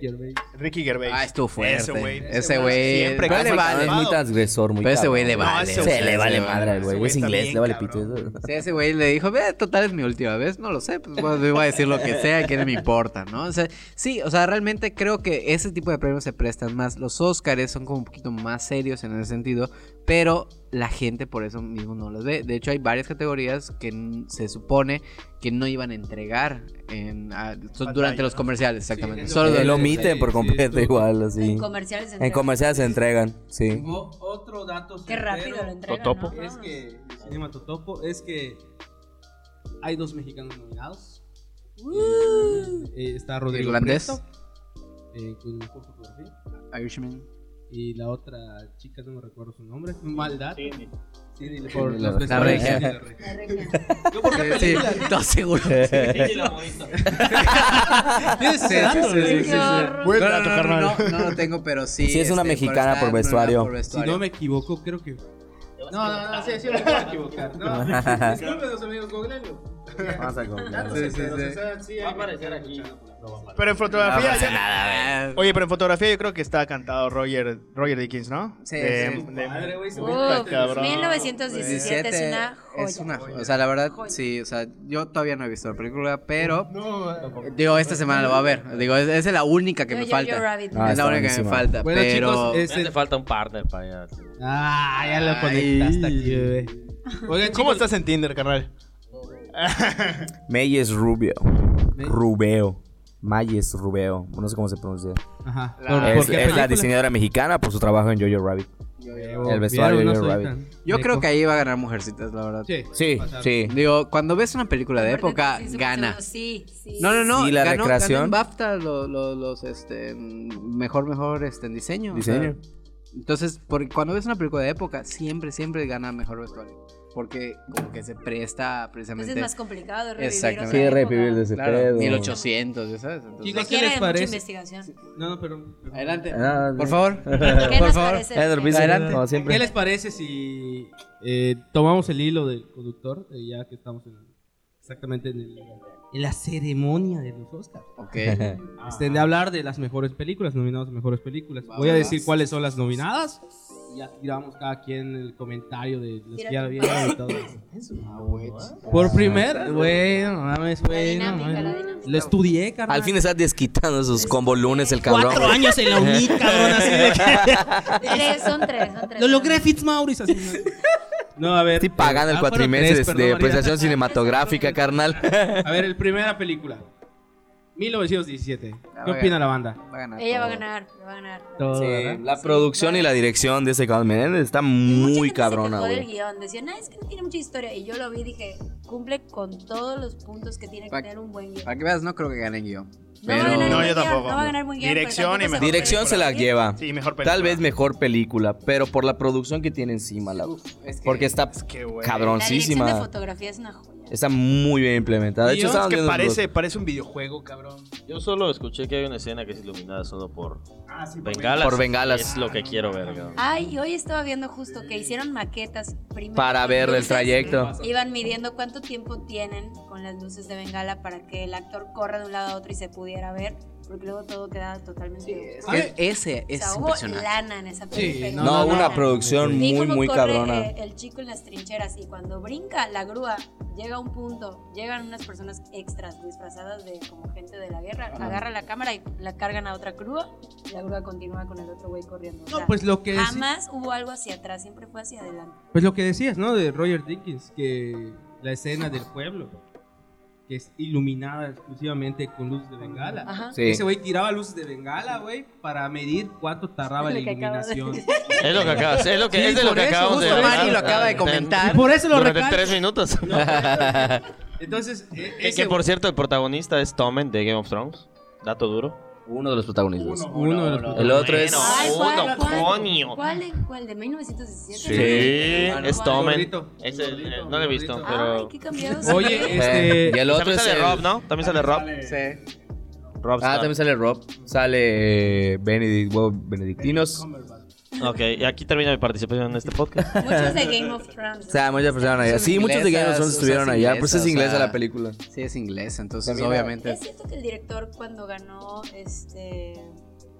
S6: de
S2: Gervais.
S6: Ricky Gervais.
S5: Ah, estuvo fuerte.
S6: Ese güey.
S5: Ese güey.
S6: Siempre
S5: Pero
S6: casi
S5: le vale.
S3: Es
S6: acabado.
S3: muy transgresor, muy
S5: Pero ese
S3: cabrón.
S5: güey le
S6: No,
S5: vale.
S6: ese
S5: o
S3: Se
S5: sea,
S6: güey-
S3: le vale
S5: ese
S3: madre, al
S6: ese
S3: güey.
S6: güey
S3: Es
S6: está
S3: inglés,
S6: bien,
S3: le vale pito.
S6: cabrón.
S5: Sí, ese güey le dijo, ve, total es mi última vez, no lo sé, pues bueno, voy a decir lo que sea, que no me importa, ¿no? O sea, sí, o sea, realmente creo que ese tipo de premios se prestan más. Los Óscares son como un poquito más serios en ese sentido, pero la gente por eso mismo no los ve. De hecho, hay varias categorías que n- se supone que no iban a entregar en, a- son durante
S6: Pantalla,
S5: los
S6: ¿no?
S5: comerciales, exactamente.
S2: es lo
S5: Solo
S2: que-
S3: Eh,
S5: durante
S3: Lo
S5: los
S3: omiten por
S2: Sí,
S3: completo
S2: sí, estuvo-
S3: igual, así.
S7: En comerciales.
S3: En
S7: entrega.
S3: comerciales se entregan, sí.
S2: Hubo Otro dato.
S7: Qué rápido lo
S2: certero.
S7: entregan.
S6: Totopo.
S7: ¿no?
S2: es que Cinema Totopo es que hay dos mexicanos nominados.
S7: Uh.
S2: Eh, está Rodrigo
S5: ¿Irlandés?
S2: Prieto, eh, con mejor fotografía.
S5: Irishman.
S2: Y la otra chica, no me recuerdo su nombre. Maldad. Sí, dile por
S3: La-
S2: los
S5: la
S2: vestuarios,
S5: regia.
S2: sí, la regia.
S7: La regia.
S2: No, porque
S5: Sí, sí,
S2: película,
S5: no, seguro.
S2: tienes ese dato,
S5: sí,
S2: güey.
S5: sí,
S7: Qué
S5: sí.
S7: horror.
S5: No,
S6: Buen
S5: no,
S6: dato,
S5: no,
S6: carnal.
S5: no, no, no lo tengo, pero sí. este,
S3: Sí, es una mexicana
S5: estar
S3: por vestuario.
S5: por
S2: Si no me equivoco, creo que No, no, no, sí, sí me puedo equivocar. No, discúlpenos, amigo Cognelio.
S3: Vamos a
S2: Claro, sí,
S3: confiar.
S2: sí, sí. Va a aparecer aquí.
S6: Pero en fotografía. ya-
S5: nada,
S6: Oye, pero en fotografía yo creo que está cantado Roger, Roger Dickens, ¿no?
S5: Sí,
S6: De-
S5: sí.
S6: de-
S2: Madre, güey, se
S7: Uf,
S2: ve tan cabrón.
S7: 1917 es una joya.
S5: es una joya. O sea, la verdad,
S7: Joya.
S5: sí, o sea, yo todavía no he visto la película, pero
S2: No, eh.
S5: digo, esta semana la voy a ver. Digo, es, es la única que
S7: Yo,
S5: me
S7: yo,
S5: falta.
S7: yo, Rabbit.
S3: Ah,
S5: es
S3: está
S5: la única que me
S3: buenísima.
S5: falta,
S2: Bueno,
S5: pero
S2: chicos,
S4: Me hace
S2: este.
S4: falta un partner para allá.
S2: Ah, ya lo conectaste aquí, bebé. Oigan,
S6: ¿Cómo
S2: chicos,
S6: estás en Tinder, carnal?
S3: Meyes Rubio.
S2: May-
S3: Rubeo. Mayes Rubeo. No sé cómo se pronuncia.
S2: Ajá.
S6: La-
S2: ¿Por- por
S3: Es,
S2: qué
S3: es la
S2: película?
S3: diseñadora mexicana por su trabajo en Jojo Rabbit. El vestuario
S2: Vieron,
S3: de
S2: no soy
S3: Rabbit.
S2: tan-
S5: yo creo
S2: Meco.
S5: que ahí va a ganar Mujercitas, la verdad.
S2: Sí.
S3: Sí,
S2: Pasar.
S3: sí.
S5: Digo, cuando ves una película de época,
S7: Sí, sí,
S5: gana.
S7: Sí, sí.
S5: No, no, no.
S3: Sí, la
S5: ganó,
S3: recreación.
S5: ganó en BAFTA lo- lo- los, este, mm, mejor, mejor, este, en diseño. o
S3: Diseño.
S5: sea, entonces, por- cuando ves una película de época, siempre, siempre gana mejor vestuario. Porque como que se presta
S7: Pues
S5: precisamente...
S7: es más complicado revivir.
S5: Exactamente.
S7: otra
S3: Sí,
S7: época.
S3: revivir desde
S5: Claro,
S3: pedo.
S5: 1800, ya sabes. Entonces,
S2: Chicos, ¿qué
S7: Requiere
S2: les
S7: de mucha
S2: parece?
S7: investigación.
S2: No, no, pero.
S5: adelante.
S3: Ah,
S5: Por
S3: sí.
S5: favor.
S7: ¿Qué
S5: Por
S7: nos
S5: favor.
S7: parece?
S3: Edward Vinci,
S5: Adelante.
S3: como siempre.
S2: ¿Qué les parece si eh, tomamos el hilo del conductor, eh, ya que estamos en- exactamente en, el- en la ceremonia de los Oscars?
S5: Ok.
S2: Este, de hablar de las mejores películas, nominadas a mejores películas.
S5: Va,
S2: Voy a
S5: va,
S2: decir
S5: va.
S2: cuáles son las nominadas. Y ya tiramos cada quien el comentario de las que ya la vieron y todo.
S5: Ah,
S2: Por primer, güey, no mames, güey. no
S7: La dinámica,
S2: mames.
S7: la dinámica.
S2: Lo estudié, carnal.
S3: Al fin está desquitando sus convolunes el cabrón.
S8: Cuatro años en la UNIT, cabrón, así de que-
S7: Tres, son tres, son tres.
S8: Lo logré, Fitzmaurice. así.
S2: No, a ver.
S3: Estoy pagando el
S2: Ah, fueron
S3: cuatrimestre
S2: tres,
S3: de-
S2: perdón,
S3: de
S2: María.
S3: apreciación cinematográfica, carnal.
S2: A ver, el primera película. 1917.
S5: Ah,
S2: ¿Qué
S5: vaya.
S2: opina la banda?
S5: Va a ganar
S7: Ella va a
S5: todo.
S7: ganar, va a ganar.
S2: Todo,
S3: Sí,
S2: ¿verdad?
S3: la producción y la dirección de ese cabrón Menéndez está
S7: Mucha
S3: muy
S7: gente se
S3: cabrona,
S7: quejó del
S3: güey.
S7: guión, decían, "Ah, es que no tiene mucha historia. Y yo lo vi y dije, cumple con todos los puntos que tiene que
S5: Pa-
S7: tener un buen guión.
S5: Para que veas, no creo que ganen yo.
S7: No va a
S5: Pero...
S7: ganar
S6: No,
S7: buen
S6: yo
S7: guión,
S6: tampoco.
S7: No va a ganar buen guión. pero
S6: Dirección y
S7: tampoco
S6: mejor
S3: Dirección se la lleva.
S6: Sí, mejor película.
S3: Tal vez mejor película, pero por la producción que tiene encima, la
S5: Uf, es que-
S3: Porque está
S6: Es que, güey.
S7: La dirección de
S3: cabroncísima.
S7: fotografía es una joya.
S3: Está muy bien implementada. De hecho,
S6: Guión
S3: estaban
S6: que
S3: viendo los-
S6: parece, parece un videojuego, cabrón.
S4: Yo solo escuché que hay una escena que es iluminada solo por
S6: Ah, sí,
S4: bengalas.
S3: Por bengalas.
S4: Es lo que quiero ver, cabrón.
S7: Ay, y hoy estaba viendo justo que hicieron maquetas primero.
S3: para ver el
S7: Entonces,
S3: trayecto.
S7: Iban midiendo cuánto tiempo tienen con las luces de bengala para que el actor corra de un lado a otro y se pudiera ver, porque luego todo quedaba totalmente
S5: Es
S7: oscuro.
S5: que ese
S7: O
S5: es
S7: sea, hubo
S5: impresionante.
S7: lana en esa película.
S3: No,
S2: No, no,
S3: una
S7: lana.
S3: producción
S7: Vi
S3: muy,
S7: cómo
S3: muy
S7: corre,
S3: cabrona.
S7: eh, el chico en las trincheras y cuando brinca la grúa, llega a un punto, llegan unas personas extras disfrazadas de como gente de la guerra, agarra la cámara y la cargan a otra grúa y la grúa continúa con el otro güey corriendo. O
S2: No,
S7: sea,
S2: pues lo que deci-
S7: jamás hubo algo hacia atrás, siempre fue hacia adelante.
S2: pues lo que decías, ¿no? De Roger Dickens, que la escena del pueblo que es iluminada exclusivamente con luces de bengala.
S7: Ajá.
S3: Sí.
S2: Ese güey tiraba luces de bengala, güey, para medir cuánto tardaba la
S7: Lo que acabas de
S2: iluminación.
S4: Es lo que acabas, es lo que,
S2: Sí,
S4: es de lo
S2: por
S4: que
S2: eso,
S4: acabamos de
S5: justo
S4: hablar.
S5: Mari lo acaba de
S4: Ah,
S5: comentar.
S2: Y por eso lo
S4: Durante
S2: recalco.
S4: tres minutos.
S2: Entonces, e-
S4: que,
S2: ese
S4: que, por cierto, el protagonista es Tommen de Game of Thrones. Dato duro.
S3: Uno de los protagonistas.
S2: uno de los
S3: El otro es.
S4: Bueno,
S7: Ay, ¿cuál,
S4: uno,
S7: cuál?
S4: coño.
S7: ¿Cuál, de- cuál de 1917?
S3: Sí,
S4: es
S7: ¿Cuál?
S4: Tommen.
S2: Gordito.
S4: Es el-
S2: Gordito,
S4: eh, no lo he visto,
S2: gordito.
S7: Ay,
S4: pero.
S7: qué cambiado. soy.
S2: Oye,
S3: Eh, y
S2: este.
S3: el otro
S4: También
S3: es.
S4: sale
S3: el-
S4: Rob, ¿no? También sale Rob.
S5: Sí.
S4: Rob
S3: Ah, también
S4: Stark.
S3: sale Rob. Sale eh, Benedict, huevo, Benedictinos.
S4: Ok, y aquí termina mi participación en este podcast.
S7: muchos de Game of Thrones.
S3: O sea, muchas personas allá.
S5: Son
S3: Sí, muchos de Game of
S5: inglesas,
S3: Thrones
S5: o sea,
S3: estuvieron
S5: es
S3: allá. Por eso es
S5: inglesa, o
S3: inglesa
S5: sea.
S3: la película.
S5: Sí, es inglés, entonces
S3: También la-
S5: obviamente...
S7: Es cierto que el director cuando ganó este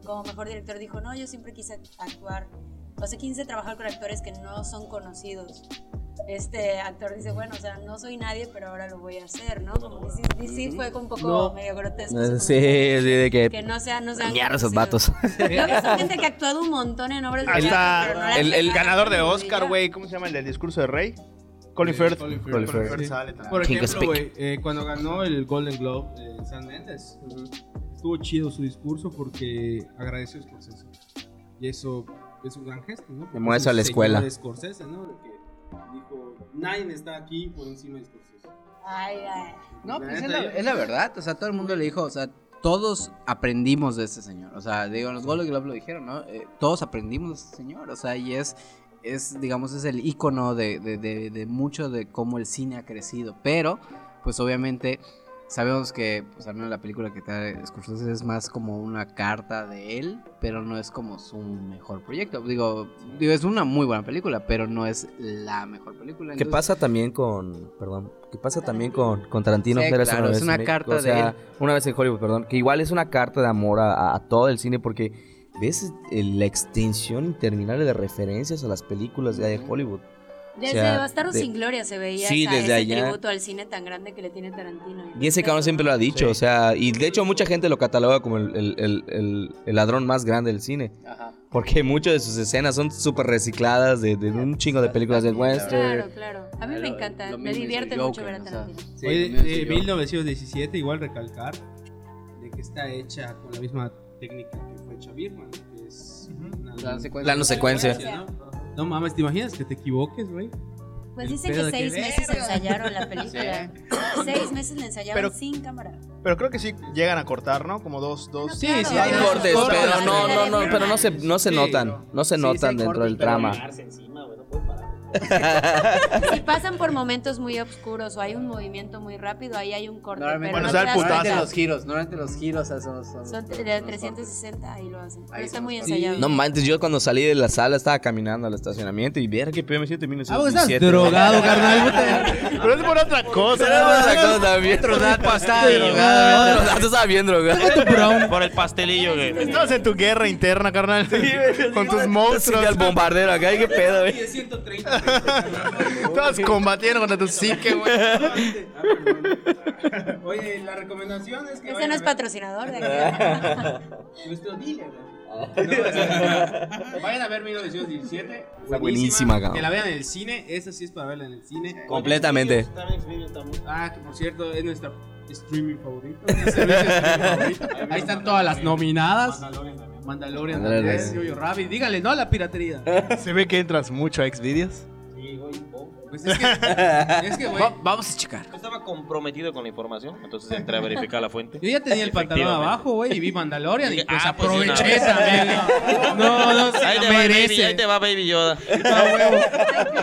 S7: como mejor director dijo, "No, yo siempre quise actuar, o sea, quise trabajar con actores que no son conocidos." Este actor dice, "Bueno, o sea, no soy nadie, pero ahora lo voy a hacer", ¿no? Como que sí, sí, sí fue un poco
S2: No.
S7: medio grotesco.
S3: Sí,
S7: su
S3: sí,
S7: comentario.
S3: de
S7: Que
S3: que.
S7: no sea, no sean
S3: Mierda esos
S7: conocidos.
S3: vatos.
S7: Yo he visto gente que ha actuado un montón en obras de
S6: Ahí
S7: teatro, pero no
S6: está
S7: la
S6: el, el
S7: sacaron
S6: ganador de
S7: como
S6: Oscar,
S7: diga.
S6: güey. ¿Cómo se llama el del discurso de Rey? Colin Firth.
S2: Colin Firth.
S3: Colin Firth.
S6: sale
S2: Por
S6: también.
S3: King
S2: ejemplo,
S3: Speak.
S2: güey, eh, cuando ganó el Golden Globe, eh, Sam Mendes, estuvo chido su discurso porque agradeció a Scorsese. Y eso es un gran gesto, ¿no? Porque
S3: muestra
S2: es un
S3: la escuela.
S2: señor de Scorsese, ¿no? De que dijo, nadie está aquí por encima de Scorsese.
S7: Ay, ay.
S5: No,
S2: La
S5: pues es
S2: neta,
S5: la,
S2: yo-
S5: es la verdad, o sea, todo el mundo le dijo, o sea, todos aprendimos de este señor, o sea, digo, los Golden Globe lo dijeron, ¿no? Eh, todos aprendimos de este señor, o sea, y es, es digamos, es el ícono de, de, de- de mucho de cómo el cine ha crecido, pero, pues obviamente, Sabemos que, pues al menos la película que trae Scorsese es más como una carta de él, pero no es como su mejor proyecto. Digo, digo es una muy buena película, pero no es la mejor película.
S3: ¿Qué
S5: Entonces,
S3: pasa también con. Perdón. ¿Qué pasa también con, con Tarantino?
S5: Sí,
S3: Era
S5: claro,
S3: vez
S5: es una
S3: en México,
S5: carta
S3: o sea,
S5: de él.
S3: Una vez en Hollywood, perdón. Que igual es una carta de amor a, a- a todo el cine porque ves eh, la extensión interminable de referencias a las películas de, de Hollywood.
S7: Desde
S3: O sea,
S7: Bastardos
S3: de-
S7: sin Gloria se veía
S3: Sí,
S7: esa-
S3: desde
S7: ese
S3: allá.
S7: tributo al cine tan grande que le tiene Tarantino.
S3: Y ese cabrón siempre lo ha
S2: Sí.
S3: dicho, o sea, y de hecho mucha gente lo cataloga como el, el- el- el- el ladrón más grande del cine.
S5: Ajá.
S3: Porque muchas de sus escenas son súper recicladas de, de un chingo de películas del
S5: Claro.
S3: western.
S7: Claro, claro. A mí
S5: Eh, Lo-
S7: me encanta, me
S5: lo mismo hizo
S7: divierte
S5: Joker,
S7: mucho ver a
S5: o sea,
S7: Tarantino.
S5: sí,
S2: Oye, eh,
S5: lo mismo
S2: de
S5: hizo
S2: 1917, igual recalcar de que está hecha con la misma técnica que fue hecha Birman, que es una
S5: Joker. La secuencia-
S3: Plano secuencia.
S7: secuencia.
S2: ¿no? No mames, ¿te imaginas que te equivoques, güey?
S7: Pues
S2: El
S7: dicen
S2: pedo
S7: que
S2: de que
S7: seis
S2: verga.
S7: meses ensayaron la película. Seis meses la ensayaron
S6: Pero-
S7: sin cámara.
S6: Pero creo que sí llegan a cortar, ¿no? Como dos, dos.
S2: Sí,
S7: Claro,
S2: sí,
S3: Hay
S2: Claro.
S3: cortes,
S2: Cortes,
S3: pero no,
S2: cortes.
S3: no, no, pero no se, no se
S2: Sí,
S3: notan, no se
S5: sí,
S3: notan
S5: sí,
S3: dentro
S5: cortes,
S3: del
S5: pero
S3: trama.
S7: Si pasan por momentos muy oscuros o hay un movimiento muy rápido, ahí hay un corte.
S5: Normalmente,
S7: pero
S6: Bueno,
S7: no
S6: sale
S7: te
S6: el
S7: das
S6: putazo.
S5: normalmente
S7: cuenta.
S5: los giros, normalmente los giros o sea, son, son-
S7: Son
S5: son-
S7: de
S5: son-
S7: 360 ahí lo hacen. Pero
S5: Ahí
S7: está
S5: son
S7: muy
S5: los
S7: ensayado.
S3: No manches, yo cuando salí de la sala estaba caminando al estacionamiento y ver que PM7
S2: Ah, vos estás
S3: 1917.
S2: drogado, carnal.
S6: Pero es por otra cosa.
S3: Era otra cosa también.
S5: drogado.
S3: Tú estabas bien drogado.
S4: Por el pastelillo, güey.
S6: Estabas en tu guerra interna, carnal. con tus monstruos.
S3: al bombardero acá, ¿y qué pedo, güey?
S6: Estabas combatiendo contra tu psique, güey.
S2: Ah, Oye, la recomendación es
S7: Ese no es patrocinador de aquí.
S2: Nuestro dealer.
S4: Ah.
S2: vayan a ver 1917.
S3: Está buenísima, cabrón.
S2: Que la vean en el cine. Esa sí es para verla en el cine.
S3: Completamente.
S2: Ah, que por cierto, es nuestra streaming favorita. Ahí están todas las nominadas. Mandalorian,
S3: Mandalorian.
S2: Andrés, Yoyo Rabbit. Dígale, no a la piratería.
S6: Se ve que entras mucho a Xvideos.
S2: Pues es que, es que, güey,
S5: Va- vamos a checar.
S4: Yo estaba comprometido con la información, entonces entré a verificar la fuente.
S2: yo ya tenía el pantalón
S4: Efectivamente.
S2: abajo, güey, y vi Mandalorian y pues
S4: Ah, pues,
S2: aproveché
S4: sí, no.
S2: también. No, no, no se
S4: Ahí
S2: la
S4: te, va, baby, ahí
S2: merece.
S4: te va Baby Yoda.
S2: Ah,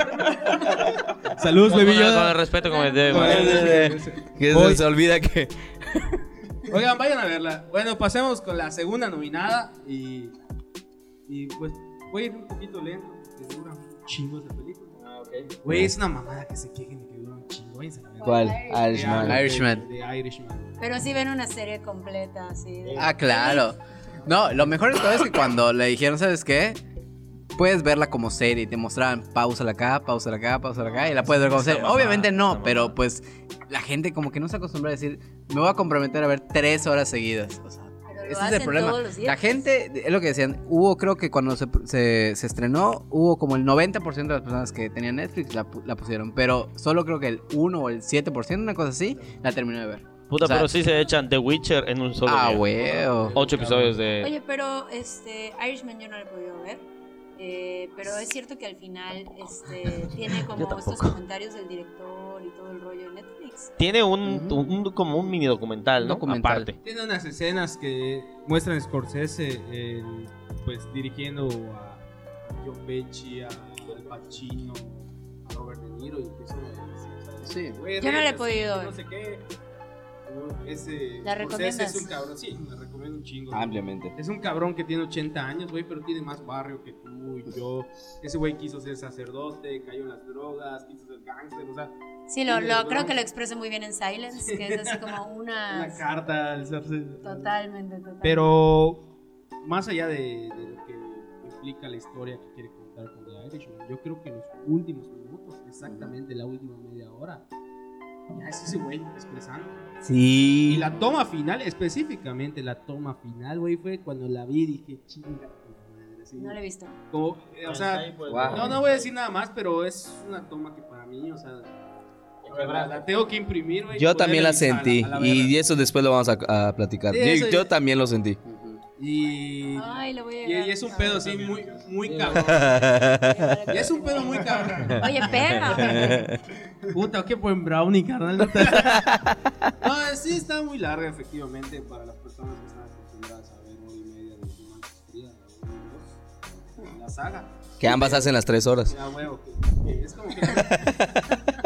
S2: huevo. Saludos,
S4: Con,
S2: baby
S4: el, con el
S2: Yoda.
S4: respeto como me debe. güey.
S3: Que
S2: Hoy-
S3: se, se olvida que.
S2: Oigan, vayan a verla. Bueno, pasemos con la segunda nominada y. Y pues voy a ir un poquito lento, que dura un chingo esa película. Ah, ok. Güey, es una mamada que se quejen de que dura un chingo. Váyanse a la verga.
S3: ¿Cuál?
S2: De-
S3: Irishman.
S2: de-
S5: Irishman.
S2: De Irishman.
S7: Pero sí ven una serie completa, así. de-
S5: Ah, claro. No, lo mejor de todo es que cuando le dijeron, ¿sabes qué? Puedes verla como serie, y te mostraban pausa acá, pausa acá, pausa acá, y la puedes ver como serie. Obviamente no, pero pues la gente como que no se acostumbra a decir, me voy a comprometer a ver tres horas seguidas. O sea,
S7: Pero lo
S5: ese es
S7: hacen
S5: el problema.
S7: todos los días.
S5: La gente, es lo que decían, hubo, creo que cuando se, se- se estrenó, hubo como el 90% de las personas que tenían Netflix la, pu- la pusieron, pero solo creo que el 1 o el 7%, una cosa así, la terminó de ver.
S4: Puta,
S5: O sea,
S4: pero sí se echan The Witcher en un solo
S5: Ah,
S4: día. Oh.
S5: huevo.
S4: Ocho episodios de...
S7: Oye, pero este Irishman yo no lo he podido ver. eh, pero es cierto que al final este, tiene como estos comentarios del director y todo el rollo de Netflix.
S4: Tiene un,
S5: Ujú.
S4: un- como un mini documental, ¿no?
S5: Documental.
S4: Aparte.
S2: Tiene unas escenas que muestran a Scorsese el, pues dirigiendo a John Bechi, a Al Pacino, a Robert De Niro y empiezan a decir, o sea,
S5: Sí.
S2: güey,
S7: Yo no la he
S2: reglas,
S7: podido
S2: que
S7: ver.
S2: No sé qué. Ese Scorsese
S7: ¿La recomiendas?
S2: es un cabrón, sí, la recomiendo un chingo.
S3: Ampliamente.
S2: Es un cabrón que tiene 80 años, güey, pero tiene más barrio que tú y yo. Ese güey quiso ser sacerdote, cayó en las drogas, quiso ser gángster, o sea,
S7: Sí, lo,
S2: Sí,
S7: lo-
S2: ¿no?
S7: creo que lo expresa muy bien en Silence, que es así como una...
S2: una carta al sacerdote.
S7: Totalmente, totalmente.
S2: Pero más allá de, de lo que implica la historia que quiere contar con The Irishman, yo creo que los últimos minutos, exactamente la última media hora, ya es ese güey expresando.
S3: Sí.
S2: Y la toma final, específicamente la toma final, güey, fue cuando la vi dije, chinga. tu madre", así,
S7: No lo he visto.
S2: como, eh, o sea,
S3: Wow.
S2: no, no voy a decir nada más, pero es una toma que para mí, o sea, la, la tengo que imprimir, güey.
S3: Yo
S2: ponerla a
S3: también la
S2: mi sala,
S3: sentí.
S2: a la
S3: Y
S2: verga.
S3: eso después lo vamos a, a platicar.
S2: Sí,
S3: Yo-
S2: eso
S3: yo,
S2: ya-
S3: también lo sentí.
S2: y,
S7: Ay, lo voy a
S2: y-
S7: ver.
S2: y es un pedo así muy, muy cabrón. Y es un pedo muy cabrón.
S7: Oye, perra.
S2: Puta, qué buen brownie, carnal. No, sí, está muy larga, efectivamente, para las personas que están acostumbradas a ver una y media de Humanos Cría, la uno y dos, la saga.
S3: Que ambas hacen las tres horas.
S2: Ya, huevo, que- que es como que-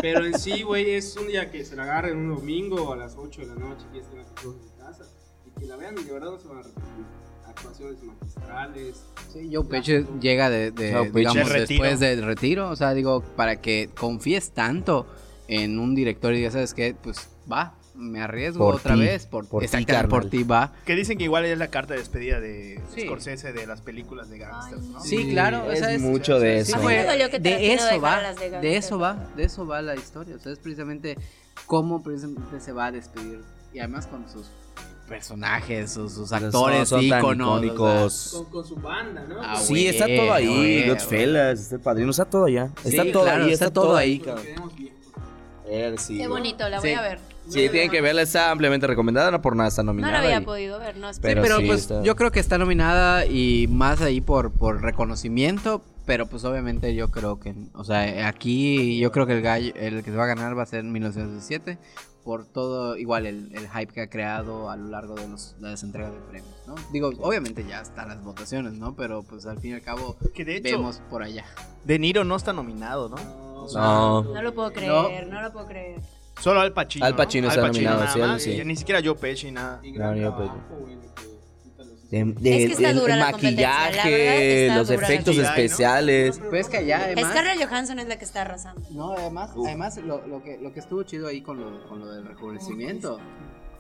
S2: Pero en sí, güey, es un día que se la agarren un domingo a las 8 de la noche que estén aquí todos en casa y que la vean, de verdad no se van a arrepentir. Actuaciones magistrales.
S5: Sí, Joe Peche llega de, de,
S3: Joe Pesci.
S5: digamos,
S9: Del retiro.
S5: después del retiro. O sea, digo, para que confíes tanto en un director y digas, ¿sabes qué? Pues va, me arriesgo
S3: Por
S5: otra
S3: ti,
S5: vez. Por,
S3: por ti,
S5: exactamente, por
S3: carnal.
S5: ti va.
S9: Que dicen que igual es la carta de despedida de
S5: Sí.
S9: Scorsese de las películas de gangsters, ¿no?
S5: Sí, claro, o
S3: Es
S5: sea, es-
S3: mucho de eso.
S7: sí,
S5: fue-
S7: Me dolió que
S5: de
S7: Tarantino
S5: eso
S7: dejara
S5: va,
S7: las de
S5: de
S7: gangster.
S5: eso va, de eso va la historia. O sea, es precisamente cómo precisamente se va a despedir. Y además con sus personajes, sus, sus actores,
S3: Son- son tan
S5: íconos. o sea,
S3: icónicos.
S2: con su banda, ¿no? Pues,
S5: Ah,
S3: sí, está
S5: güey,
S3: todo ahí.
S5: güey,
S3: Goodfellas, está el padrino, está todo allá.
S5: Sí,
S3: Está todo
S5: claro,
S3: ahí,
S5: está todo ahí.
S3: cabrón.
S2: Queremos viejos.
S3: Eh, sí,
S7: Qué
S3: ¿no?
S7: bonito, la voy
S3: Sí.
S7: a ver.
S3: Sí, tienen que verla, está ampliamente recomendada, no por nada está
S7: No
S3: nominada.
S7: la había
S3: y-
S7: podido ver, no,
S5: Sí,
S3: Pero
S5: pero,
S3: sí,
S5: pues
S3: está-
S5: yo creo que está nominada y más ahí por, por reconocimiento, pero pues obviamente yo creo que, o sea, aquí yo creo que el gallo, el que se va a ganar va a ser 1917 por todo igual el, el hype que ha creado a lo largo de, los, de las entregas de premios, ¿no? Digo, obviamente ya están las votaciones, ¿no? Pero pues al fin y al cabo
S9: Que de hecho,
S5: vemos por allá.
S9: De Niro no está nominado, ¿no?
S3: No.
S7: no lo puedo creer, no, lo puedo creer.
S9: Solo Al Pacino.
S3: Al
S9: ¿no?
S3: Pacino está nominado,
S9: nada
S3: sí, él
S9: más,
S3: sí.
S9: y Ni siquiera Joe Pesci, nada.
S2: Y
S3: No,
S2: gran
S3: yo,
S2: trabajo, güey, lo que puta los hizo.
S3: De- de-
S7: Es que está
S3: el-
S7: dura
S3: el
S7: la competencia, la verdad es
S3: maquillaje,
S7: que está
S3: los
S7: dura la
S3: efectos
S9: competencia.
S3: especiales.
S5: Pues que allá además...
S7: Scarlett Johansson es la que está arrasando.
S5: No, además,
S3: Uf.
S5: además lo, lo que, lo que estuvo chido ahí con lo, con lo del rejuvenecimiento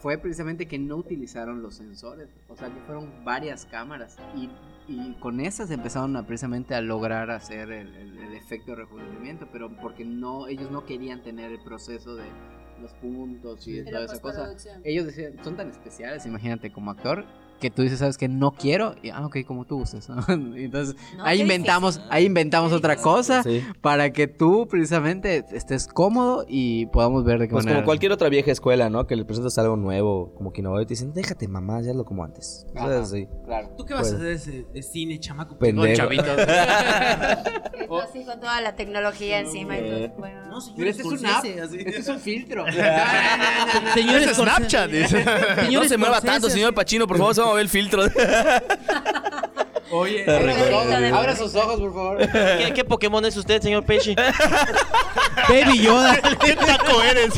S5: fue precisamente que no utilizaron los sensores, o sea que fueron varias cámaras y, y con esas empezaron a, precisamente a lograr hacer el, el- el efecto de rejuvenecimiento, pero porque no ellos no querían tener el proceso de los puntos y de
S7: De
S5: toda
S7: la
S5: esa cosa.
S7: postproducción.
S5: Ellos decían, son tan especiales, imagínate como actor. Que tú dices, sabes que no quiero, y ah, ok, como tú gustes. ¿no? Entonces,
S7: No,
S5: ahí
S7: qué
S5: inventamos, ahí inventamos otra cosa
S3: Sí.
S5: para que tú precisamente estés cómodo y podamos ver de qué
S3: Pues
S5: manera.
S3: como cualquier otra vieja escuela, ¿no? Que le presentas algo nuevo, como que innovador, y te dicen, déjate mamá, ya hazlo como antes.
S5: Ajá.
S3: Cosas así.
S5: Claro.
S8: ¿Tú qué vas
S3: Pues-
S8: a hacer ese- de cine, chamaco?
S3: Pendejo.
S7: difícil. Esto así con toda la tecnología encima y todo. Bueno,
S8: No, señor,
S5: Mira, este es un app.
S8: Scorsese, así.
S5: Este es un filtro.
S8: Señor
S9: Es
S8: Scorsese.
S9: Snapchat. dice.
S8: Señor
S3: no se mueva
S8: Scorsese.
S3: tanto, señor Pachino, por favor, se va a mover el filtro.
S2: Oye, eh,
S3: Pero-
S5: Abra sus ojos, por favor.
S4: ¿Qué, qué Pokémon es usted, señor Pesci?
S8: Baby Yoda.
S9: ¿Qué taco eres?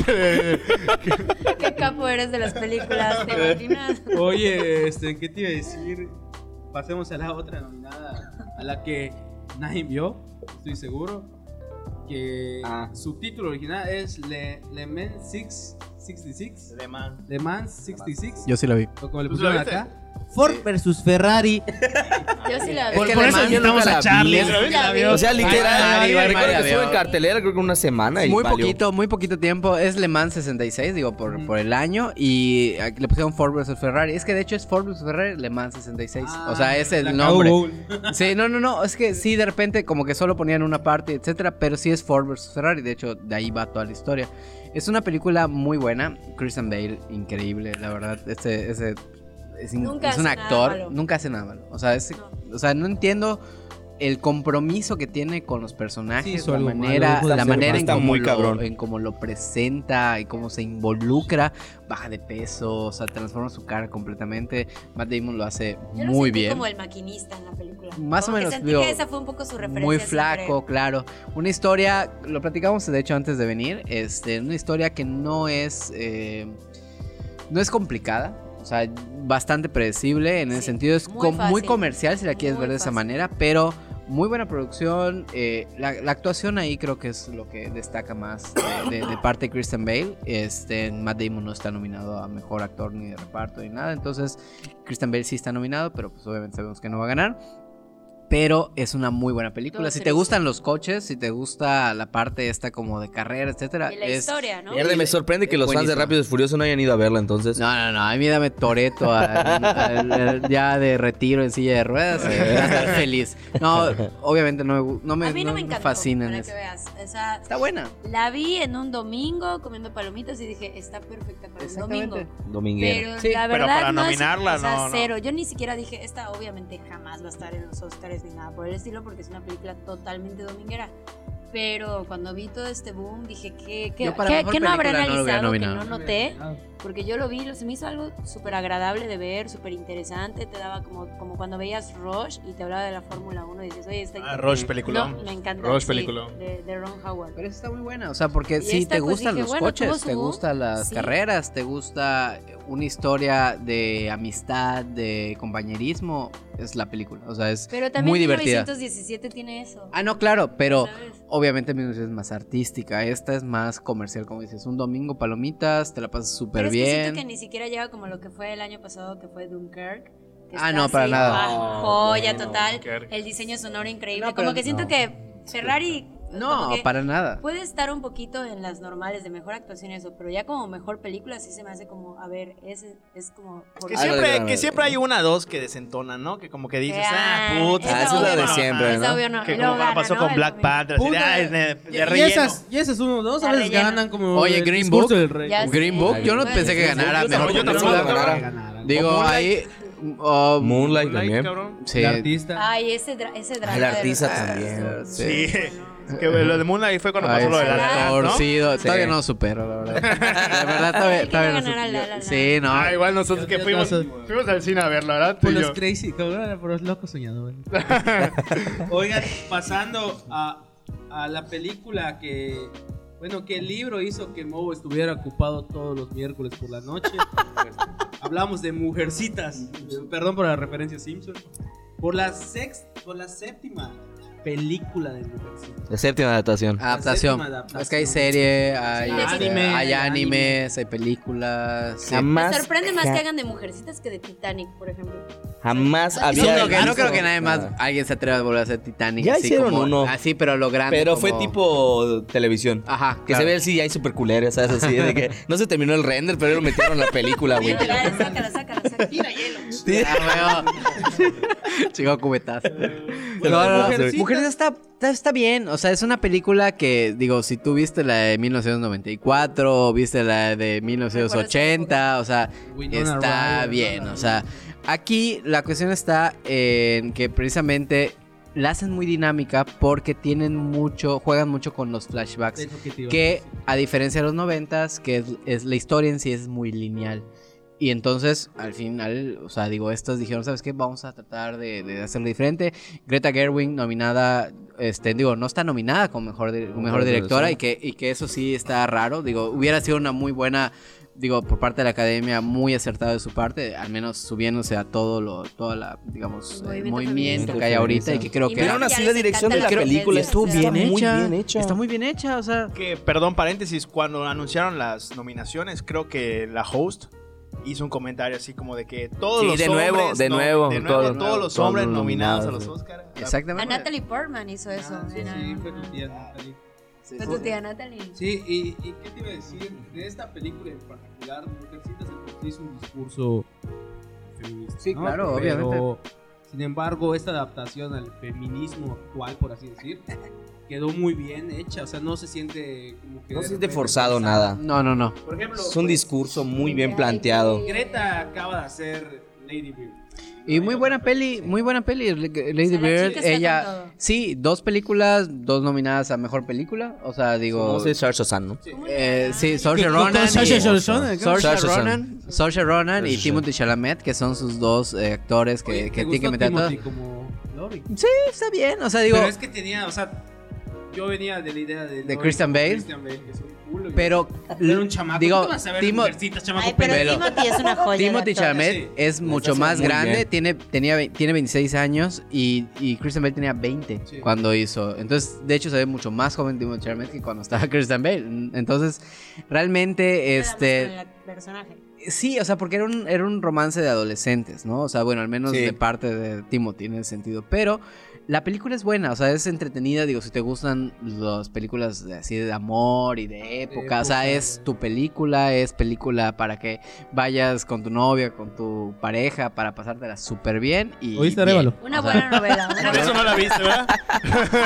S7: qué capo eres de las películas, ¿te imaginas?
S2: Oye, este, ¿qué te iba a decir? Pasemos a la otra nominada, a la que nadie vio, estoy seguro. Que
S3: Ah.
S2: su título original es Le, Le Mans 6 66.
S9: Le Mans.
S2: Le Mans 66.
S5: Yo sí lo vi.
S2: o como le
S9: ¿Tú lo
S2: pusieron
S9: viste?
S2: acá.
S8: Ford versus Ferrari.
S7: Yo sí la vi.
S5: Es que Por eso Alemán-
S3: invitamos a Charlie.
S7: La vi.
S3: O sea,
S5: Ay,
S3: literal,
S5: Mario,
S3: recuerdo
S5: Mario,
S3: que estuvo
S5: Mario.
S3: en cartelera creo que una semana. y
S5: Muy
S3: valió.
S5: poquito, muy poquito tiempo. Es Le Mans 66, digo, por, por el año. Y aquí le pusieron Ford vs Ferrari. Es que de hecho es Ford vs Ferrari Le Mans 66. o sea,
S2: Ah,
S5: es el nombre. Sí, no, no, no. Es que sí, de repente, como que solo ponían una parte, etcétera. Pero sí es Ford vs Ferrari. De hecho, de ahí va toda la historia. Es una película muy buena. Christian Bale, increíble, la verdad. Este, ese es, in-
S7: Nunca
S5: es un
S7: hace nada
S5: actor.
S7: malo.
S5: Nunca hace nada malo. O sea, es- o sea, no entiendo el compromiso que tiene con los
S2: Sí,
S5: personajes,
S2: hizo
S5: la
S2: algo malo,
S5: manera,
S2: dejó de
S5: la
S2: ser
S5: manera en
S3: basta
S5: cómo,
S3: muy
S5: lo,
S3: cabrón.
S5: en cómo lo presenta y cómo se involucra, baja de peso, o sea, transforma su cara completamente. Matt Damon lo hace
S7: Yo lo
S5: muy
S7: sentí
S5: bien
S7: como el maquinista en la película.
S5: Más o
S7: Como que
S5: menos,
S7: sentí
S5: digo,
S7: que esa fue un poco su referencia.
S5: muy
S7: siempre.
S5: flaco, claro. Una historia, lo platicamos de hecho antes de venir, este, una historia que no es, eh, no es complicada, o sea, bastante predecible en el
S7: Sí,
S5: sentido es
S7: muy
S5: com- muy,
S7: fácil.
S5: comercial si la quieres
S7: Muy
S5: ver de esa
S7: fácil.
S5: manera, pero muy buena producción, eh, la, la actuación ahí creo que es lo que destaca más de, de- de parte de Kristen Bale, este, Matt Damon no está nominado a mejor actor ni de reparto ni nada, entonces Kristen Bale sí está nominado, pero pues obviamente sabemos que no va a ganar. Pero es una muy buena película.
S7: Todo
S5: Si te
S7: triste.
S5: gustan los coches, si te gusta la parte esta como de carrera, etcétera,
S7: Y la
S5: es...
S7: historia, ¿no?
S3: Mierda, me sorprende que los fans
S5: Buenísima.
S3: de Rápidos y Furiosos no hayan ido a verla, entonces.
S5: No, no, no, a mí dame Toreto ya de retiro en silla de ruedas, eh, va a estar feliz. No, obviamente no me, gu- no me,
S7: a mí no, me encantó,
S5: fascinan
S7: para
S5: eso.
S7: que veas. O sea,
S5: Está buena.
S7: la vi en un domingo comiendo palomitas y dije, está perfecta para el domingo.
S5: Exactamente.
S3: Dominguera.
S7: Pero
S5: Sí,
S7: la
S9: pero
S7: verdad
S9: para
S7: no es-
S9: nominarla,
S7: o sea,
S9: no, no.
S7: cero. Yo ni siquiera dije, esta obviamente jamás va a estar en los Oscars ni nada por el estilo porque es una película totalmente dominguera. Pero cuando vi todo este boom dije, ¿qué, qué,
S5: Yo para
S7: qué-
S5: mejor
S7: qué no habrán
S5: película no lo hubiera
S7: analizado que no
S5: nominado.
S7: noté? Porque yo lo vi, lo- se me hizo algo súper agradable de ver, súper interesante. Te daba como, como cuando veías Rush y te hablaba de la Fórmula 1 y dices, oye, está
S6: Ah, Rush, peliculón.
S7: No, me encanta.
S6: Rush,
S7: sí,
S6: peliculón.
S7: De, de Ron Howard.
S5: Pero esa está muy buena, o sea, porque
S7: Y
S5: sí
S7: esta,
S5: te
S7: pues,
S5: gustan
S7: dije,
S5: los
S7: bueno, tuvo
S5: coches, te
S7: su-
S5: gustan las
S7: sí.
S5: carreras, te gusta una historia de amistad, de compañerismo, es la película, o sea, es
S7: Pero también
S5: muy divertida.
S7: 1917 tiene eso.
S5: Ah, no, claro, pero
S7: ¿sabes?
S5: obviamente mi es más artística, esta es más comercial, como dices, un domingo palomitas, te la pasas
S7: Pero
S5: súper
S7: es que
S5: bien.
S7: siento que ni siquiera llega como lo que fue el año pasado, que fue Dunkirk. que
S5: Ah,
S7: está
S5: no, para
S7: así,
S5: nada.
S7: ah,
S6: No,
S7: Joya
S6: bueno,
S7: total.
S6: Dunkirk.
S7: El diseño sonoro increíble.
S5: No, pero
S7: como que siento
S5: no.
S7: que Ferrari.
S5: No,
S7: como que pues,
S5: para nada.
S7: Puede estar un poquito en las normales de mejor actuación y eso, pero ya como mejor película sí se me hace como, a ver, es, es como...
S9: Que
S3: Ah,
S9: siempre,
S3: no, no,
S9: que
S3: no.
S9: siempre hay una o dos que desentonan, ¿no? Que como que dices,
S7: Ah,
S9: ah, puta.
S7: esa Ah, esa es la obvio, de no.
S3: siempre,
S7: Es
S3: ¿no?
S7: obvio, no.
S9: Que
S7: luego
S9: como
S7: gana,
S9: pasó
S7: ¿no?
S9: con
S7: El
S9: Black
S7: domingo.
S9: Panther. así,
S8: Puta,
S9: ah, es de, de
S8: Y
S9: relleno.
S8: esas, y esas uno, dos, a
S7: De
S8: veces
S7: relleno.
S8: ganan como.
S5: Oye,
S8: el
S5: Green
S8: discurso
S5: Book.
S8: del rey.
S7: Ya
S5: Green
S7: sé.
S5: Book, yo no
S7: Pues,
S5: pensé que ganara mejor
S6: yo tampoco,
S5: película.
S6: yo tampoco.
S5: Digo, ahí, oh,
S3: Moonlight
S6: Moonlight,
S3: también.
S6: cabrón.
S5: sí,
S2: El artista.
S7: Ay, ese, dra- ese drama.
S3: El
S7: de
S3: artista
S7: verdad,
S3: también.
S7: es-
S5: Sí.
S6: Sí. que lo de Moonlight fue cuando pasó lo de la La
S7: sí.
S6: Land, ¿no?
S5: Torcido. Todavía no lo supero, la verdad. La verdad, todavía,
S7: Ay,
S5: todavía
S7: quiero
S5: no
S7: ganar a La La
S5: supero.
S7: Land.
S5: Sí, no.
S6: Ah, igual nosotros
S2: Yo-
S6: que
S2: yo
S6: fuimos,
S2: tampoco.
S6: fuimos al cine a verlo, ¿verdad? Tú
S2: Por
S6: y
S2: los
S6: yo.
S2: crazy, cabrón, por los locos soñadores. Oigan, pasando a, a la película que. Bueno, que el libro hizo que Moe estuviera ocupado todos los miércoles por la noche. Hablamos de Mujercitas. Perdón por la referencia Simpson. Por la, sex, por la séptima película de Mujercitas.
S3: La séptima adaptación.
S5: Ah, Adaptación.
S2: La séptima adaptación.
S5: Es que hay serie, hay,
S7: Sí,
S5: este,
S2: anime,
S5: hay
S2: hay
S5: animes, hay películas. sí.
S7: Me
S3: Jamás.
S7: sorprende más que
S3: ja-
S7: hagan de mujercitas que de Titanic, por ejemplo.
S3: Jamás
S7: Sí,
S3: había.
S5: Solo que Ah, no
S3: visto-
S5: creo que nadie más
S3: Ah.
S5: alguien se atreva a volver a hacer Titanic.
S3: Ya
S5: así
S3: hicieron
S5: como,
S3: uno.
S5: Así, pero lo grande.
S3: Pero fue
S5: como-
S3: tipo televisión.
S5: Ajá,
S3: Que
S5: claro.
S3: se ve el CGI super culero, ¿sabes? Así de que no se terminó el render, pero lo metieron en la película, güey.
S7: Literal, sácala, sácala, sácala. Tira hielo.
S5: Ah, weón. Chico cubetazo. No, no, no.
S2: Mujercitas.
S5: Mujercitas está, está, está bien. O sea, es una película que, digo, si tú viste la de 1994, o viste la de 1980, o sea,
S2: Winona
S5: está
S2: Ryder,
S5: bien.
S2: ¿no?
S5: O sea, aquí la cuestión está en que precisamente la hacen muy dinámica porque tienen mucho, juegan mucho con los flashbacks.
S2: Es lo que te iba a
S5: Que a diferencia de los noventas, que es, es la historia en sí es muy lineal. Y entonces, al final, o sea, digo, estas dijeron, ¿sabes qué? Vamos a tratar de, de hacerlo diferente. Greta Gerwig nominada, este, digo, no está nominada como mejor, di- como mejor
S3: Mejor
S5: directora
S3: directora.
S5: y que, y que eso sí está raro. Digo, hubiera sido una muy buena, digo, por parte de la academia, muy acertada de su parte, al menos subiéndose a todo lo, toda la,
S7: El
S5: digamos, el
S7: movimiento
S5: movimiento, que hay
S3: feminista.
S5: ahorita y que creo
S7: Y
S5: que...
S7: no,
S3: Pero aún
S7: ya
S3: así
S7: les
S3: la dirección de la
S7: encantan las
S3: película
S7: mujeres,
S3: estuvo
S7: o sea,
S3: bien hecha. Muy bien hecha.
S5: Está muy bien hecha, o sea...
S9: Que, perdón, paréntesis, cuando anunciaron las nominaciones, creo que la host hizo un comentario así como de que todos
S3: Sí,
S9: los
S3: de nuevo,
S9: hombres
S3: de
S9: no-
S3: nuevo,
S9: de nuevo,
S3: todo-
S9: todos los
S3: todo
S9: hombres nominados a
S3: nominados,
S9: los
S3: sí.
S9: Oscars.
S7: A
S5: Exactamente.
S7: Natalie Portman hizo eso.
S2: Ah, sí,
S7: era-
S2: sí, fue tu tía, Natalie.
S5: Ah,
S7: Fue tu tía Natalie.
S2: Sí, y, y qué te iba a decir, de esta película en particular, Mujercitas en por sí hizo un discurso feminista.
S5: Sí,
S2: ¿no?
S5: claro,
S2: Pero,
S5: obviamente.
S2: Sin embargo, esta adaptación al feminismo actual, por así decir, quedó muy bien hecha. O sea, no se siente como que.
S3: No
S2: de
S3: se siente
S2: repente
S3: forzado
S2: forzada.
S3: nada.
S5: No, no, no.
S2: Por ejemplo,
S3: Es un
S2: pues,
S3: discurso muy bien planteado.
S2: Greta acaba de hacer Lady Bird.
S5: Y muy buena peli, muy buena peli. Lady
S7: O sea, la pues,
S5: Bird,
S7: chica está con
S5: ella.
S7: todo.
S5: Sí, dos películas, dos nominadas a mejor película. O sea, digo.
S3: No sé, Charles Sozan, ¿no?
S2: Sí.
S7: ¿Cómo le
S5: eh,
S7: llaman?
S5: sí, Saoirse
S8: Con- con
S5: Ronan.
S8: Saoirse
S5: y-
S8: Ronan, acá.
S5: Saoirse
S3: Saoirse
S5: Ronan, Saoirse Ronan y
S3: Saoirse.
S5: Timothy Chalamet, que son sus dos eh, actores que,
S2: Oye,
S5: que
S2: ¿te
S5: tienen que
S2: gustó
S5: meter a todos.
S2: Timothy como Lori?
S5: Está bien, o sea, digo.
S2: pero es que tenía, o sea, yo venía de la idea de. Lori
S5: Christian
S2: con
S5: Bale?
S2: Christian Bale, que es un culo. y-
S5: Pero.
S2: Era un chamaco.
S5: Digo,
S2: ¿Cómo vas a ver
S5: Timo-
S2: mujercitas, chamaco
S7: Ay, pero
S5: Pero-
S7: Timothy es una joya. de
S5: Timothy
S7: actor.
S5: Chalamet
S2: Sí.
S5: es mucho
S3: hace
S5: más
S3: muy
S5: grande,
S3: bien.
S5: tiene, tenía, ve- tiene 26 años y, y Christian Bale tenía 20
S2: Sí.
S5: cuando hizo. Entonces, de hecho, se ve mucho más joven Timothy Chalamet que cuando estaba Christian Bale. Entonces, realmente,
S7: Nada más con
S5: este,
S7: el personaje.
S5: sí, o sea, porque era un, era un romance de adolescentes, ¿no? O sea, bueno, al menos
S3: Sí.
S5: de parte de Timothy en ese sentido, pero... La película es buena, o sea, es entretenida, digo, si te gustan las películas de- así de amor y de época, o sea,
S2: época,
S5: es
S2: de-
S5: tu película, es película para que vayas con tu novia, con tu pareja, para pasártela súper bien. Y
S2: ¿Oíste,
S5: bien.
S2: Arévalo?
S7: Una
S5: O sea,
S7: buena novela. una
S6: Por eso
S7: buena-
S6: no la viste, ¿verdad?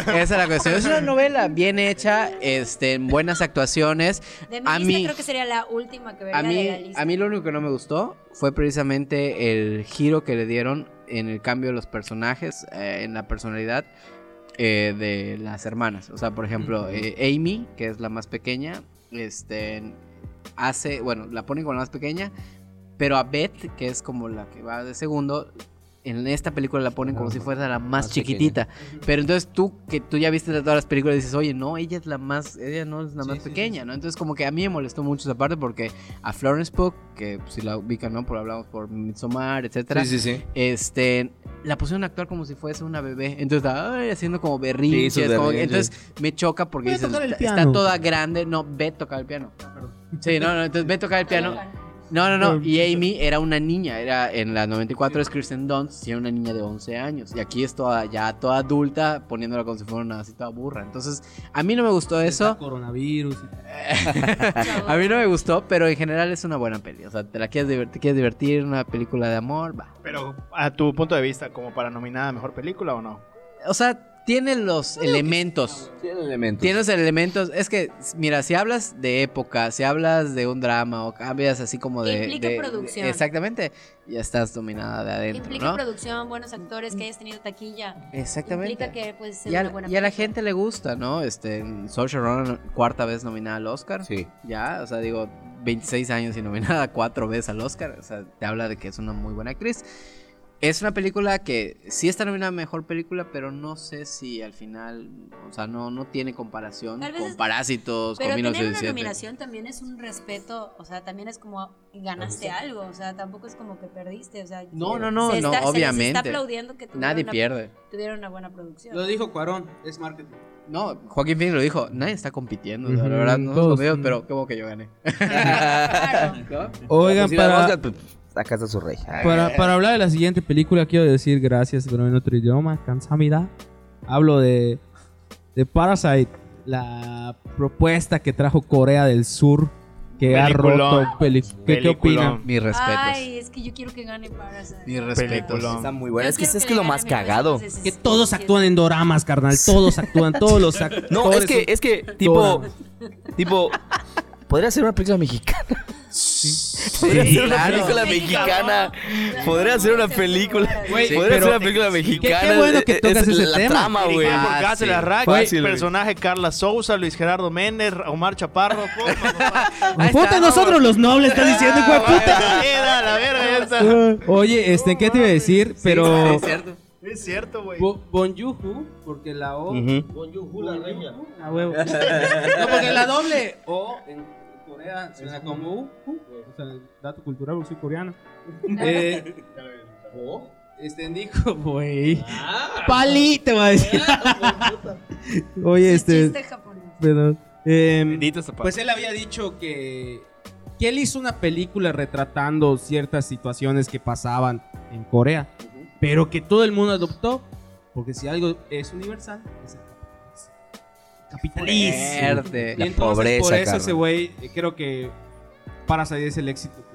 S5: Esa es la cuestión. Es una novela bien hecha, este, en buenas actuaciones.
S7: De mi
S5: A
S7: lista
S5: mí-
S7: creo que sería la última que vería
S5: A
S7: de la
S5: mí,
S7: lista.
S5: a mí lo único que no me gustó fue precisamente el giro que le dieron en el cambio de los personajes, eh, en la personalidad eh, de las hermanas. O sea, por ejemplo, eh, Amy, que es la más pequeña, este, hace, bueno, la ponen con la más pequeña, pero a Beth, que es como la que va de segundo, en esta película la ponen como si fuera la más,
S3: más
S5: chiquitita. Pero entonces tú, que tú ya viste todas las películas, dices, oye, no, ella es la más, ella no es la más pequeña, ¿no? Entonces como que a mí me molestó mucho esa parte porque a Florence Pugh, que pues, si la ubican, ¿no? Por hablamos por Midsommar, etcétera.
S3: Sí, sí, sí.
S5: Este, la pusieron a actuar como si fuese una bebé. Entonces, ay, haciendo como berrinches.
S3: Sí, sus
S5: como-
S3: berrinches.
S5: entonces, me choca porque
S8: Voy a
S5: dices,
S8: tocar el
S5: "Está-
S8: piano".
S5: está toda grande. No, ve tocar el piano. Sí, no, no, entonces ve tocar el piano. No, no, no. Y Amy era una niña. Era en la 94 es Kristen Dunst, y era una niña de 11 años. Y aquí es toda ya toda adulta, poniéndola como si fuera una así toda burra. Entonces, a mí no me gustó eso.
S2: Coronavirus.
S5: A mí no me gustó, pero en general es una buena peli. O sea, te la quieres divertir, te quieres divertir una película de amor, va.
S9: Pero a tu punto de vista, como para nominada a mejor película o no?
S5: O sea, tiene los elementos.
S3: Tiene elementos.
S5: Tienes elementos. Es que, mira, si hablas de época, si hablas de un drama o cambias así como de.
S7: Implica
S5: de-
S7: producción.
S5: de- exactamente. Ya estás dominada de adentro.
S7: Implica
S5: ¿no?
S7: producción, buenos actores, que hayas tenido taquilla.
S5: Exactamente.
S7: Implica que puedes ser
S5: y a,
S7: una buena
S5: y a la
S7: película.
S5: gente le gusta, ¿no? Este, Social Ronan, cuarta vez nominada al Oscar.
S3: Sí.
S5: Ya, o sea, digo, 26 años y nominada cuatro veces al Oscar. O sea, te habla de que es una muy buena actriz. Es una película que sí está nominada a mejor película, pero no sé si al final, o sea, no, no tiene comparación
S7: Tal vez
S5: con
S7: es-
S5: Parásitos,
S7: Pero
S5: con
S7: tener una
S5: 1917.
S7: nominación también es un respeto, o sea, también es como ganaste algo, o sea, tampoco es como que perdiste, o sea,
S5: No, no, no,
S7: se
S5: no,
S7: está- se les
S5: obviamente.
S7: está aplaudiendo que tuvieron
S5: Nadie
S7: una,
S5: pierde.
S7: tuvieron una buena producción.
S8: Lo dijo Cuarón, es marketing.
S5: No, Joaquín Phoenix lo dijo, nadie está compitiendo, o sea, la
S2: Ujú,
S5: verdad, no nos
S2: todos-
S5: conviene, pero como que yo gané.
S7: Claro.
S5: ¿No?
S2: Oigan,
S3: Pues si la
S2: para,
S3: Oscar, pues, acá está su rey. Ah,
S2: para, para hablar de la siguiente película, quiero decir gracias, pero en otro idioma, Kansamida. Hablo de, de Parasite, la propuesta que trajo Corea del Sur, que
S9: Peliculón.
S2: ha roto. peli- ¿Qué, ¿Qué opinan?
S9: Peliculón.
S5: Mis respetos.
S7: Ay, es que yo quiero que gane Parasite.
S5: mis respetos.
S9: Peliculón.
S3: Está muy buena. Es que es que lo más cagado.
S2: Que todos actúan en doramas, carnal. Todos actúan, todos los actores.
S3: No, es que, es que, tipo,
S2: Dora.
S3: tipo, podría ser una película mexicana. Podría ser una
S5: claro.
S3: película mexicana. Podría ser una película.
S2: Güey,
S3: podría
S2: pero-
S3: ser una película mexicana.
S2: qué bueno que
S3: Es-
S2: tocas
S3: es
S2: ese
S3: la
S2: tema.
S3: trama, güey.
S9: Dirigida
S3: Ah,
S9: por Cáceres
S3: sí.
S9: Arraca,
S3: Fácil, güey.
S9: personaje Carla Sousa, Luis Gerardo Méndez, Omar Chaparro. Pum, papá.
S5: Ahí
S2: Puta,
S5: está,
S2: nosotros los nobles, estás diciendo, hijo de
S5: Ah,
S2: puta.
S9: Era la verga esa.
S2: Oye, este, ¿qué te iba a decir? Pero.
S9: Es cierto, güey.
S2: Bo- Bonjuhu, porque la O.
S3: Ujú.
S2: Bonjuhu, la reina. A huevo. No, porque la doble O en Corea suena como U. O sea, dato cultural, porque soy coreano. Eh, este, dijo, güey. Pali, te va a decir. Oye, este.
S7: Chiste japonés.
S2: Perdón. Em,
S9: Bendito esta
S2: pues él había dicho que, que él hizo una película retratando ciertas situaciones que pasaban en Corea, pero que todo el mundo adoptó, porque si algo es universal, es el capitalismo. capitalismo.
S5: Fuerte.
S2: Y
S3: La
S2: entonces,
S3: pobreza,
S2: por eso
S3: carnal.
S2: ese güey, eh, creo que Parasite es el éxito. que-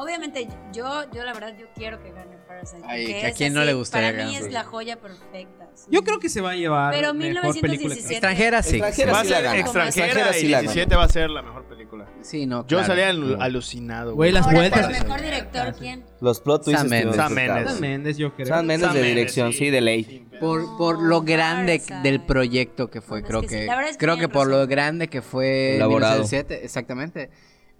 S7: Obviamente, yo, yo la verdad, yo quiero que gane Parasite.
S5: Ay,
S7: porque
S5: que a
S7: es
S5: quién no
S7: así,
S5: le gustaría
S7: Para mí
S5: ganar.
S7: es la joya perfecta. sí.
S2: Yo creo que se va a llevar
S7: Pero
S2: mejor película. que-
S7: 1917.
S5: Extranjera sí.
S3: Extranjera
S9: Va a
S3: sí la
S9: ser
S3: gana.
S9: extranjera,
S3: Extranjera
S9: y
S3: sí la
S9: 17 va a ser la mejor película.
S5: Sí, no.
S9: Yo
S5: claro.
S9: salía al- alucinado,
S2: Güey, las
S7: Ahora,
S2: vueltas.
S7: pero mejor
S5: Ah,
S7: director, ¿quién?
S3: Los plot twists.
S5: Sam
S3: que nos
S5: Mendes.
S9: Sam Mendes.
S3: gustaban.
S2: Sam Méndez, yo creo.
S3: Sam Mendes de
S9: Mendes,
S3: dirección,
S9: sí.
S3: sí, de ley.
S5: Por, por lo
S7: No,
S5: grande
S7: Parasite.
S5: del proyecto que fue,
S7: Bueno,
S5: creo
S7: es que sí,
S5: que,
S7: la verdad es que
S5: creo que
S7: tienen
S5: por lo
S7: razón.
S5: grande que fue
S3: Elaborado.
S5: 1907, exactamente.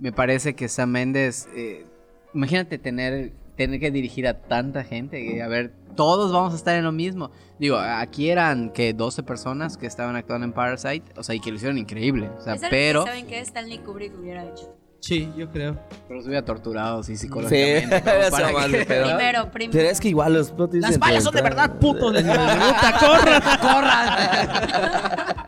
S5: Me parece que Sam Méndez, eh, imagínate tener tener que dirigir a tanta gente, que, a ver, todos vamos a estar en lo mismo. Digo, aquí eran que 12 personas que estaban actuando en Parasite, o sea, y que lo hicieron increíble, o sea,
S7: Es algo que
S5: pero
S7: Pues, ¿Saben qué? Stanley Kubrick hubiera hecho.
S2: Sí, yo creo.
S5: pero se hubiera torturado sí, psicológicamente. como
S3: eso
S5: para
S3: mal
S5: que-
S3: de pedo. Pero-
S7: Primero, primero.
S3: Pero es que igual los plot twists.
S2: Las vallas son de verdad, putos. les digo, puta, corran, corran.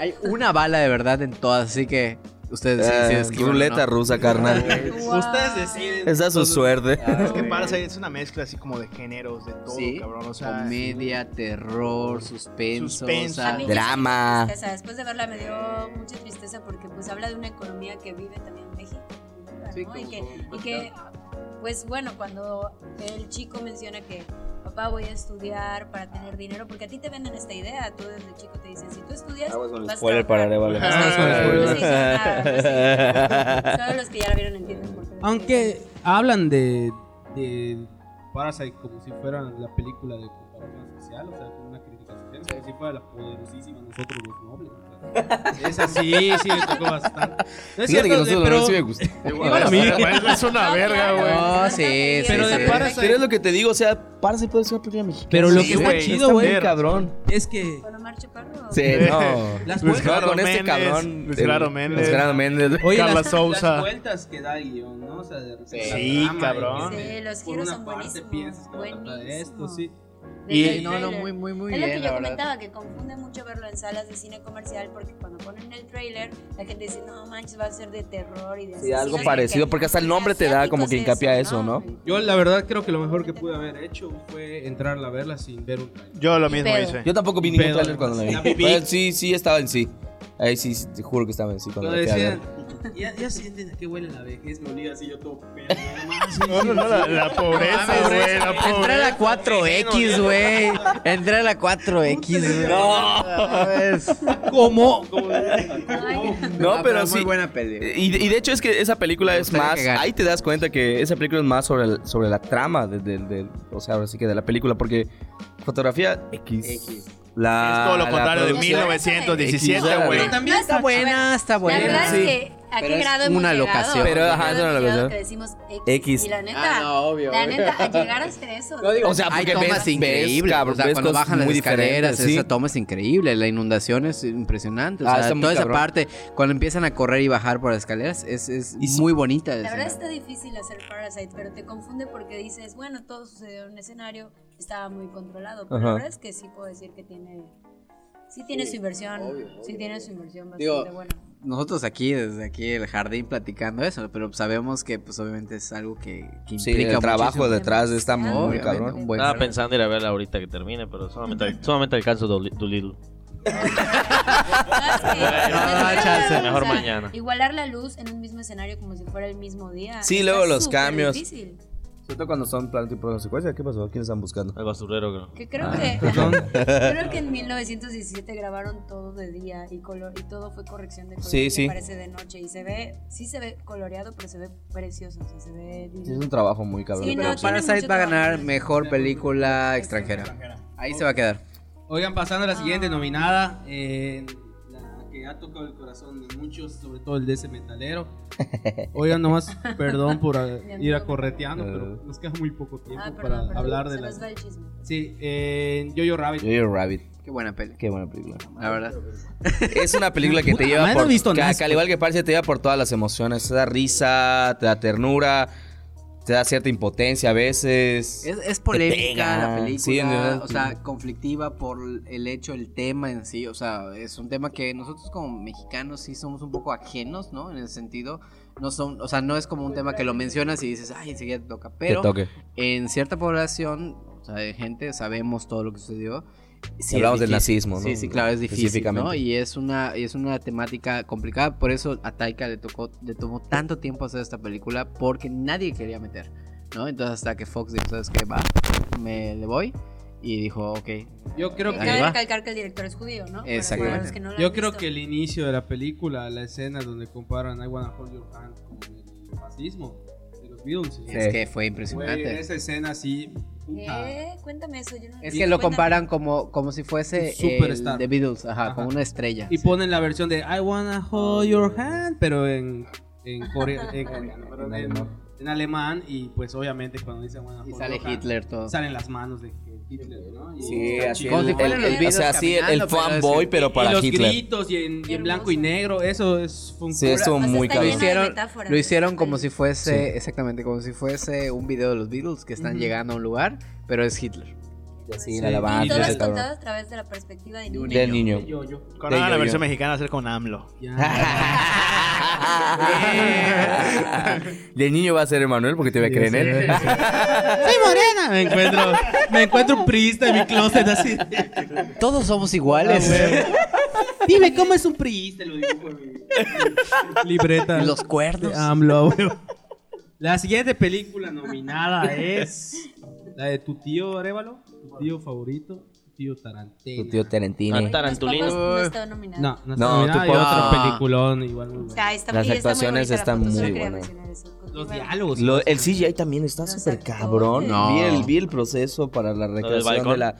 S5: Hay una bala de verdad en todas, así que ustedes sí, sí, esquivan,
S3: Ruleta
S5: ¿no?
S3: rusa, carnal.
S7: Wow.
S2: Ustedes deciden.
S3: Esa es su suerte.
S9: Es que Parasite es una mezcla así como de géneros, de todo,
S5: Sí,
S9: cabrón. O sea,
S5: comedia, terror, suspenso,
S9: Suspenso.
S3: ah.
S5: o sea,
S7: A mí-
S5: Ah.
S3: Drama.
S7: tristeza. Después de verla me dio mucha tristeza porque pues habla de una economía que vive también México. ¿no?
S5: Sí,
S7: Y
S5: como-
S7: que-
S5: como-
S7: y que, pues bueno, cuando el chico menciona que papá voy a estudiar para tener dinero, porque a ti te venden esta idea, tú desde chico te dicen, si tú estudias,
S3: Aguas con el
S7: vas a
S3: spoiler para
S7: trabajar".
S3: Arevalo.
S7: Vas a-
S2: Ah,
S7: no se
S2: spoiler.
S7: hizo nada, no se hizo. pues, Solo los que ya la vieron entienden por qué.
S2: Aunque hablan de, de Parasite como si fuera la película de comparación social, o sea, como una crítica social, como si fuera la poderosísima nosotros los nobles. o sea, Es así, sí, me tocó bastante. No es
S3: Fíjate
S2: cierto,
S3: que
S2: eh,
S3: nosotros
S2: pero,
S3: sí me gusta.
S2: igual a mí.
S9: Es una verga, güey.
S5: No, sí, sí,
S2: Pero
S5: sí.
S2: de Parasite-
S3: Pero es lo que te digo, o sea, Parasite puede ser una película mexicana.
S8: Pero lo
S9: Sí,
S8: que está
S9: güey,
S8: chido,
S3: Está muy
S8: güey,
S3: cabrón.
S8: es que
S7: ¿Con Omar Chaparro?
S3: Sí, Eh, no.
S8: Las
S3: Luis
S8: vueltas
S3: Gerardo
S9: con
S3: Méndez,
S9: este cabrón,
S3: Luis
S9: el-
S3: Gerardo Méndez.
S9: Luis Gerardo
S8: Oye,
S9: Carla
S8: las,
S9: Sousa.
S8: las vueltas que da el guión, ¿no? O sea, de repente
S9: Sí,
S8: la trama,
S9: cabrón.
S8: y-
S7: Sí, los
S8: por
S7: giros
S8: una
S7: son
S8: parte
S7: buenísimos,
S8: piensas que va a tratar de esto, sí.
S7: Desde
S5: Sí,
S7: el
S5: no, no,
S7: tráiler.
S5: muy, muy, muy
S7: Es
S5: bien.
S7: lo que
S5: la
S7: yo
S5: verdad.
S7: comentaba, que confunde mucho verlo en salas de cine comercial porque cuando ponen el trailer la gente dice, no manches, va a ser de terror y de
S3: Sí, algo
S7: asesinos",
S3: parecido, porque hasta el nombre te da como que
S7: asiáticos
S3: hincapié a eso, ¿no?
S2: Yo la verdad creo que lo mejor que pude haber hecho fue entrarla a verla sin ver un trailer.
S9: Yo lo mismo
S7: Pero-
S9: hice.
S3: Yo tampoco vi ningún
S2: Pero-
S3: trailer cuando la vi.
S2: La viví.
S3: Pero sí, sí, estaba en sí. Ahí sí, sí, te juro que estaba en sí cuando
S2: Lo
S3: la fui a
S2: decían,
S3: ver.
S8: Ya, ya sienten a qué huele la vejez, me olía así yo todo pedo.
S9: No, no, no, la, la pobreza, güey, la
S5: Entré a
S9: pobreza.
S5: la 4X, güey. Entré a la 4X, güey.
S8: ¿Cómo?
S3: No, pero
S5: es
S3: sí.
S5: Muy buena peli.
S3: Y, y de hecho es que esa película
S5: Me
S3: es
S5: gustaría
S3: más.
S5: que gane.
S3: Ahí te das cuenta que esa película es más sobre, el- sobre la trama. De, de- de- o sea, ahora sí que de la película. Porque fotografía X.
S5: X.
S3: La,
S9: Es todo lo
S3: Ah, la
S9: contrario de
S3: producción-
S9: 1917,
S3: X, ah,
S9: güey.
S3: Pero
S8: también
S5: Está buena, está
S7: La
S5: buena.
S7: verdad
S3: Sí.
S7: es que a
S5: Pero
S7: qué
S5: es
S7: grado hemos
S5: una
S7: llegado?
S5: locación.
S7: ¿A qué
S3: Pero,
S7: grado
S3: ajá, es una
S7: hemos llegado
S3: locación.
S7: que decimos
S3: X.
S7: X. Y la neta,
S5: Ah, no, obvio.
S7: la
S5: güey.
S7: neta, a llegar hasta eso.
S5: No, digo,
S3: O sea,
S5: hay
S3: Ah, porque
S5: tomas
S3: ves-
S5: increíbles.
S3: ves, cabrón,
S5: o sea,
S3: ves
S5: cuando
S3: cosas
S5: bajan las
S3: muy
S5: escaleras,
S3: diferentes,
S5: esa
S3: sí.
S5: toma es increíble. La inundación es impresionante. O
S3: Ah,
S5: sea,
S3: está muy
S5: toda esa
S3: cabrón.
S5: parte, cuando empiezan a correr y bajar por las escaleras, es, es
S3: Y sí.
S5: muy bonita.
S7: La
S5: la
S7: verdad
S5: escena.
S7: está difícil hacer Parasite, pero te confunde porque dices, bueno, todo sucedió en un escenario, estaba muy controlado. Pero
S3: Ajá.
S7: la verdad es que sí puedo decir que tiene. Sí tiene su inversión. sí tiene su inversión bastante
S5: Digo,
S7: buena.
S5: Nosotros aquí, desde aquí el jardín, platicando eso, pero sabemos que pues obviamente es algo que, que implica
S3: Sí, el trabajo
S5: muchísimo.
S3: detrás está
S7: Demasiado.
S3: muy cabrón.
S9: Pues,
S5: Un buen
S4: Estaba
S5: jardín.
S4: pensando ir a verla ahorita que termine, pero solamente, solamente alcanzo Doli- Dolittle.
S7: ¿Sabes qué?
S9: Ah,
S5: no, chance.
S4: Mejor mañana.
S7: Igualar la luz en un mismo escenario como si fuera el mismo día.
S3: Sí,
S7: está
S3: luego los
S7: súper
S3: cambios.
S7: difícil,
S3: Sobre todo cuando son plan tipo de consecuencia. ¿Qué pasó? ¿Quiénes están buscando?
S4: El basurero, creo.
S7: Que
S3: Ah.
S7: creo que. creo que en 1917 grabaron todo de día y, color, y todo fue corrección de color.
S3: Sí,
S7: que
S3: sí.
S7: Parece de noche y se ve. Sí se ve coloreado, pero se ve precioso. O sea, se ve.
S3: Sí,
S7: divino. Ah,
S3: es un trabajo muy cabrón.
S7: Sí, no,
S3: pero-
S7: tiene
S5: Parasite
S7: mucho
S5: va a ganar
S7: trabajo.
S5: mejor película extranjera. Ahí se va a quedar.
S8: Oigan, pasando a la siguiente nominada, eh, la que ha tocado el corazón de muchos, sobre todo el de ese metalero.
S2: Oigan, nomás, perdón por eh, ir a correteando, pero nos queda muy poco tiempo
S7: Ah, perdón,
S2: para
S7: perdón,
S2: hablar de
S7: se nos
S2: las.
S7: va el chisme.
S2: Sí, eh, Yo-Yo Rabbit.
S3: Jojo Rabbit.
S5: Qué buena peli,
S3: Qué buena película.
S5: la verdad.
S3: Es una película que te
S8: Puta
S3: lleva
S8: madre, no
S3: por.
S8: he visto
S3: que-
S8: nada.
S3: que al igual que parece, te lleva por todas las emociones. Te da risa, te da ternura, te da cierta impotencia a veces.
S5: Es, es polémica
S3: pega,
S5: la película,
S3: sí, en realidad.
S5: o sea, conflictiva por el hecho, el tema en sí, o sea, es un tema que nosotros como mexicanos sí somos un poco ajenos, ¿no? En el sentido, no son, o sea, no es como un tema que lo mencionas y dices, ay, enseguida te toca,
S3: Que
S5: pero
S3: toque.
S5: en cierta población, o sea, de gente, sabemos todo lo que sucedió. Sí,
S3: hablamos del
S5: es difícil.
S3: nazismo, ¿no?
S5: Sí, sí, claro, es difícil,
S3: Específicamente.
S5: ¿no? Y es una, y es una temática complicada, por eso a Taika le, tocó, le tomó tanto tiempo hacer esta película, porque nadie quería meter, ¿no? Entonces hasta que Fox dijo, ¿sabes qué? Va, me le voy, y dijo, ok.
S2: Yo creo
S7: Y
S5: Ahí
S2: que.
S7: Cabe
S5: va.
S7: recalcar que el director es judío, ¿no? Para-
S5: Exactamente.
S7: para los que no lo han
S2: Yo creo
S7: visto.
S2: que el inicio de la película, la escena donde comparan I Wanna Hold Your Hand con el fascismo de los Beatles.
S5: Es que fue impresionante.
S2: Güey, esa escena así. puta.
S7: ¿Qué? Eh, Cuéntame eso. Yo no
S5: Es que lo
S7: cuéntame.
S5: comparan como, como si fuese
S2: Un superstar.
S5: el The Beatles, ajá,
S2: Ajá.
S5: como una estrella.
S2: Y ponen la versión de I wanna hold your hand, pero en, en, corea- en coreano, perdón, en, en alemán. Y pues obviamente cuando dice I wanna
S5: Y
S2: hold
S5: sale
S2: your hand,
S5: Hitler todo.
S2: salen las manos de Hitler, ¿no? Y-
S3: Sí,
S2: está
S3: así
S2: chido.
S5: Como si
S3: el,
S5: fueran
S3: el-
S5: los
S3: el-
S5: Beatles
S3: o sea, sí, el, el
S5: caminando, pero es
S3: fanboy,
S5: que-
S3: pero para
S2: y los
S3: Hitler.
S2: gritos y en, y en
S7: Hermoso.
S2: blanco y negro, eso es fue un
S3: Sí, estuvo
S7: O sea,
S3: muy
S7: está
S3: cabrón.
S7: lleno de
S5: Hicieron-
S7: metáforas. ¿eh?
S5: Lo hicieron como si fuese, exactamente, como si fuese un video de los Beatles que están
S2: Ujú.
S5: llegando a un lugar, pero es Hitler.
S3: Así,
S2: Sí,
S3: la
S7: Y
S3: alabanza,
S7: todo
S3: ese
S7: es
S3: cabrón.
S7: contado a través de la perspectiva de
S5: De un
S7: niño.
S3: Del niño.
S2: Yo, yo.
S3: De
S9: Cuando hagan la
S3: yo-yo.
S9: versión mexicana, hacer con AMLO.
S2: Ya.
S3: Y el niño va a ser Emanuel porque te va a creer en él.
S8: ¡Soy morena! Me encuentro, me encuentro un priista en mi closet así.
S5: Todos somos iguales.
S8: Dime, ¿cómo es un priista?
S2: Libreta.
S5: los cuernos.
S2: de
S8: Ah,
S2: AMLO, güey. La siguiente película nominada es la de tu tío Arevalo, tu tío favorito. tío Tarantino.
S3: Tu tío Tarantino.
S4: Ah, Tarantulino.
S7: No está nominado.
S2: No, no,
S3: No,
S2: no,
S3: tú
S2: no,
S3: por-
S2: otro
S5: Ah.
S2: peliculón igual muy
S7: O
S2: bueno.
S7: sea, está
S3: Las
S7: y está muy
S3: actuaciones
S7: bonita la
S3: están
S7: foto, solo
S3: muy
S7: quería
S3: buenas.
S7: mencionar eso.
S2: Los
S7: Continúa.
S2: diálogos.
S3: Lo- el CGI también está
S7: Los
S3: súper
S7: actores.
S3: cabrón.
S7: No.
S3: Vi, el, vi el proceso para la recreación de
S4: balcón.
S3: la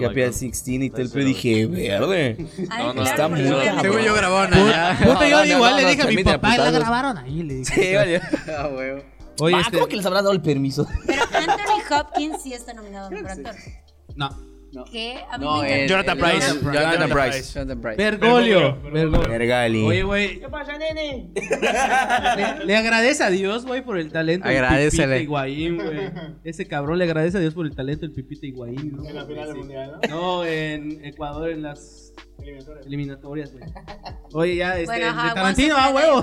S3: Capilla 16 y todo el pedo, dije, verde.
S7: Ay,
S4: No, no,
S7: claro,
S3: está
S7: porque
S3: muy
S7: no
S3: buena.
S7: la-
S5: Según yo grabona ya.
S2: Puta, yo
S3: Ah, No, no,
S2: igual
S3: no,
S2: le
S3: no,
S2: dije a mi
S3: también de
S2: papá, y la
S3: apuntados.
S2: grabaron ahí. Le dije,
S3: Sí, valió.
S5: Ah, huevo.
S2: Oye,
S3: Ah,
S2: este,
S3: ¿Cómo que les habrá dado el permiso?
S7: Pero Anthony Hopkins sí está nominado por actor.
S2: no.
S7: Que a mí
S5: No,
S7: me
S3: eh,
S5: el-
S7: encanta.
S9: Jonathan
S5: el-
S9: Pryce.
S5: Jonathan Pryce.
S3: Jonathan Pryce.
S5: Jonathan Pryce.
S2: Bergoglio. Bergoglio.
S3: Vergali.
S2: Oye, güey. ¿Qué pasa, nene? Le, le agradece a Dios, güey, por el talento. del
S5: Agradécele.
S2: Pipita Higuaín, güey. Ese cabrón le agradece a Dios por el talento del Pipita Higuaín, ¿no?
S6: En la final del
S2: Sí.
S6: mundial,
S2: No, en Ecuador, en las
S6: ¿no? Eliminatorias.
S2: eliminatorias, güey. Oye, ya, este.
S7: Bueno,
S2: de
S7: ajá,
S2: Tarantino, ah,
S7: once
S2: huevo.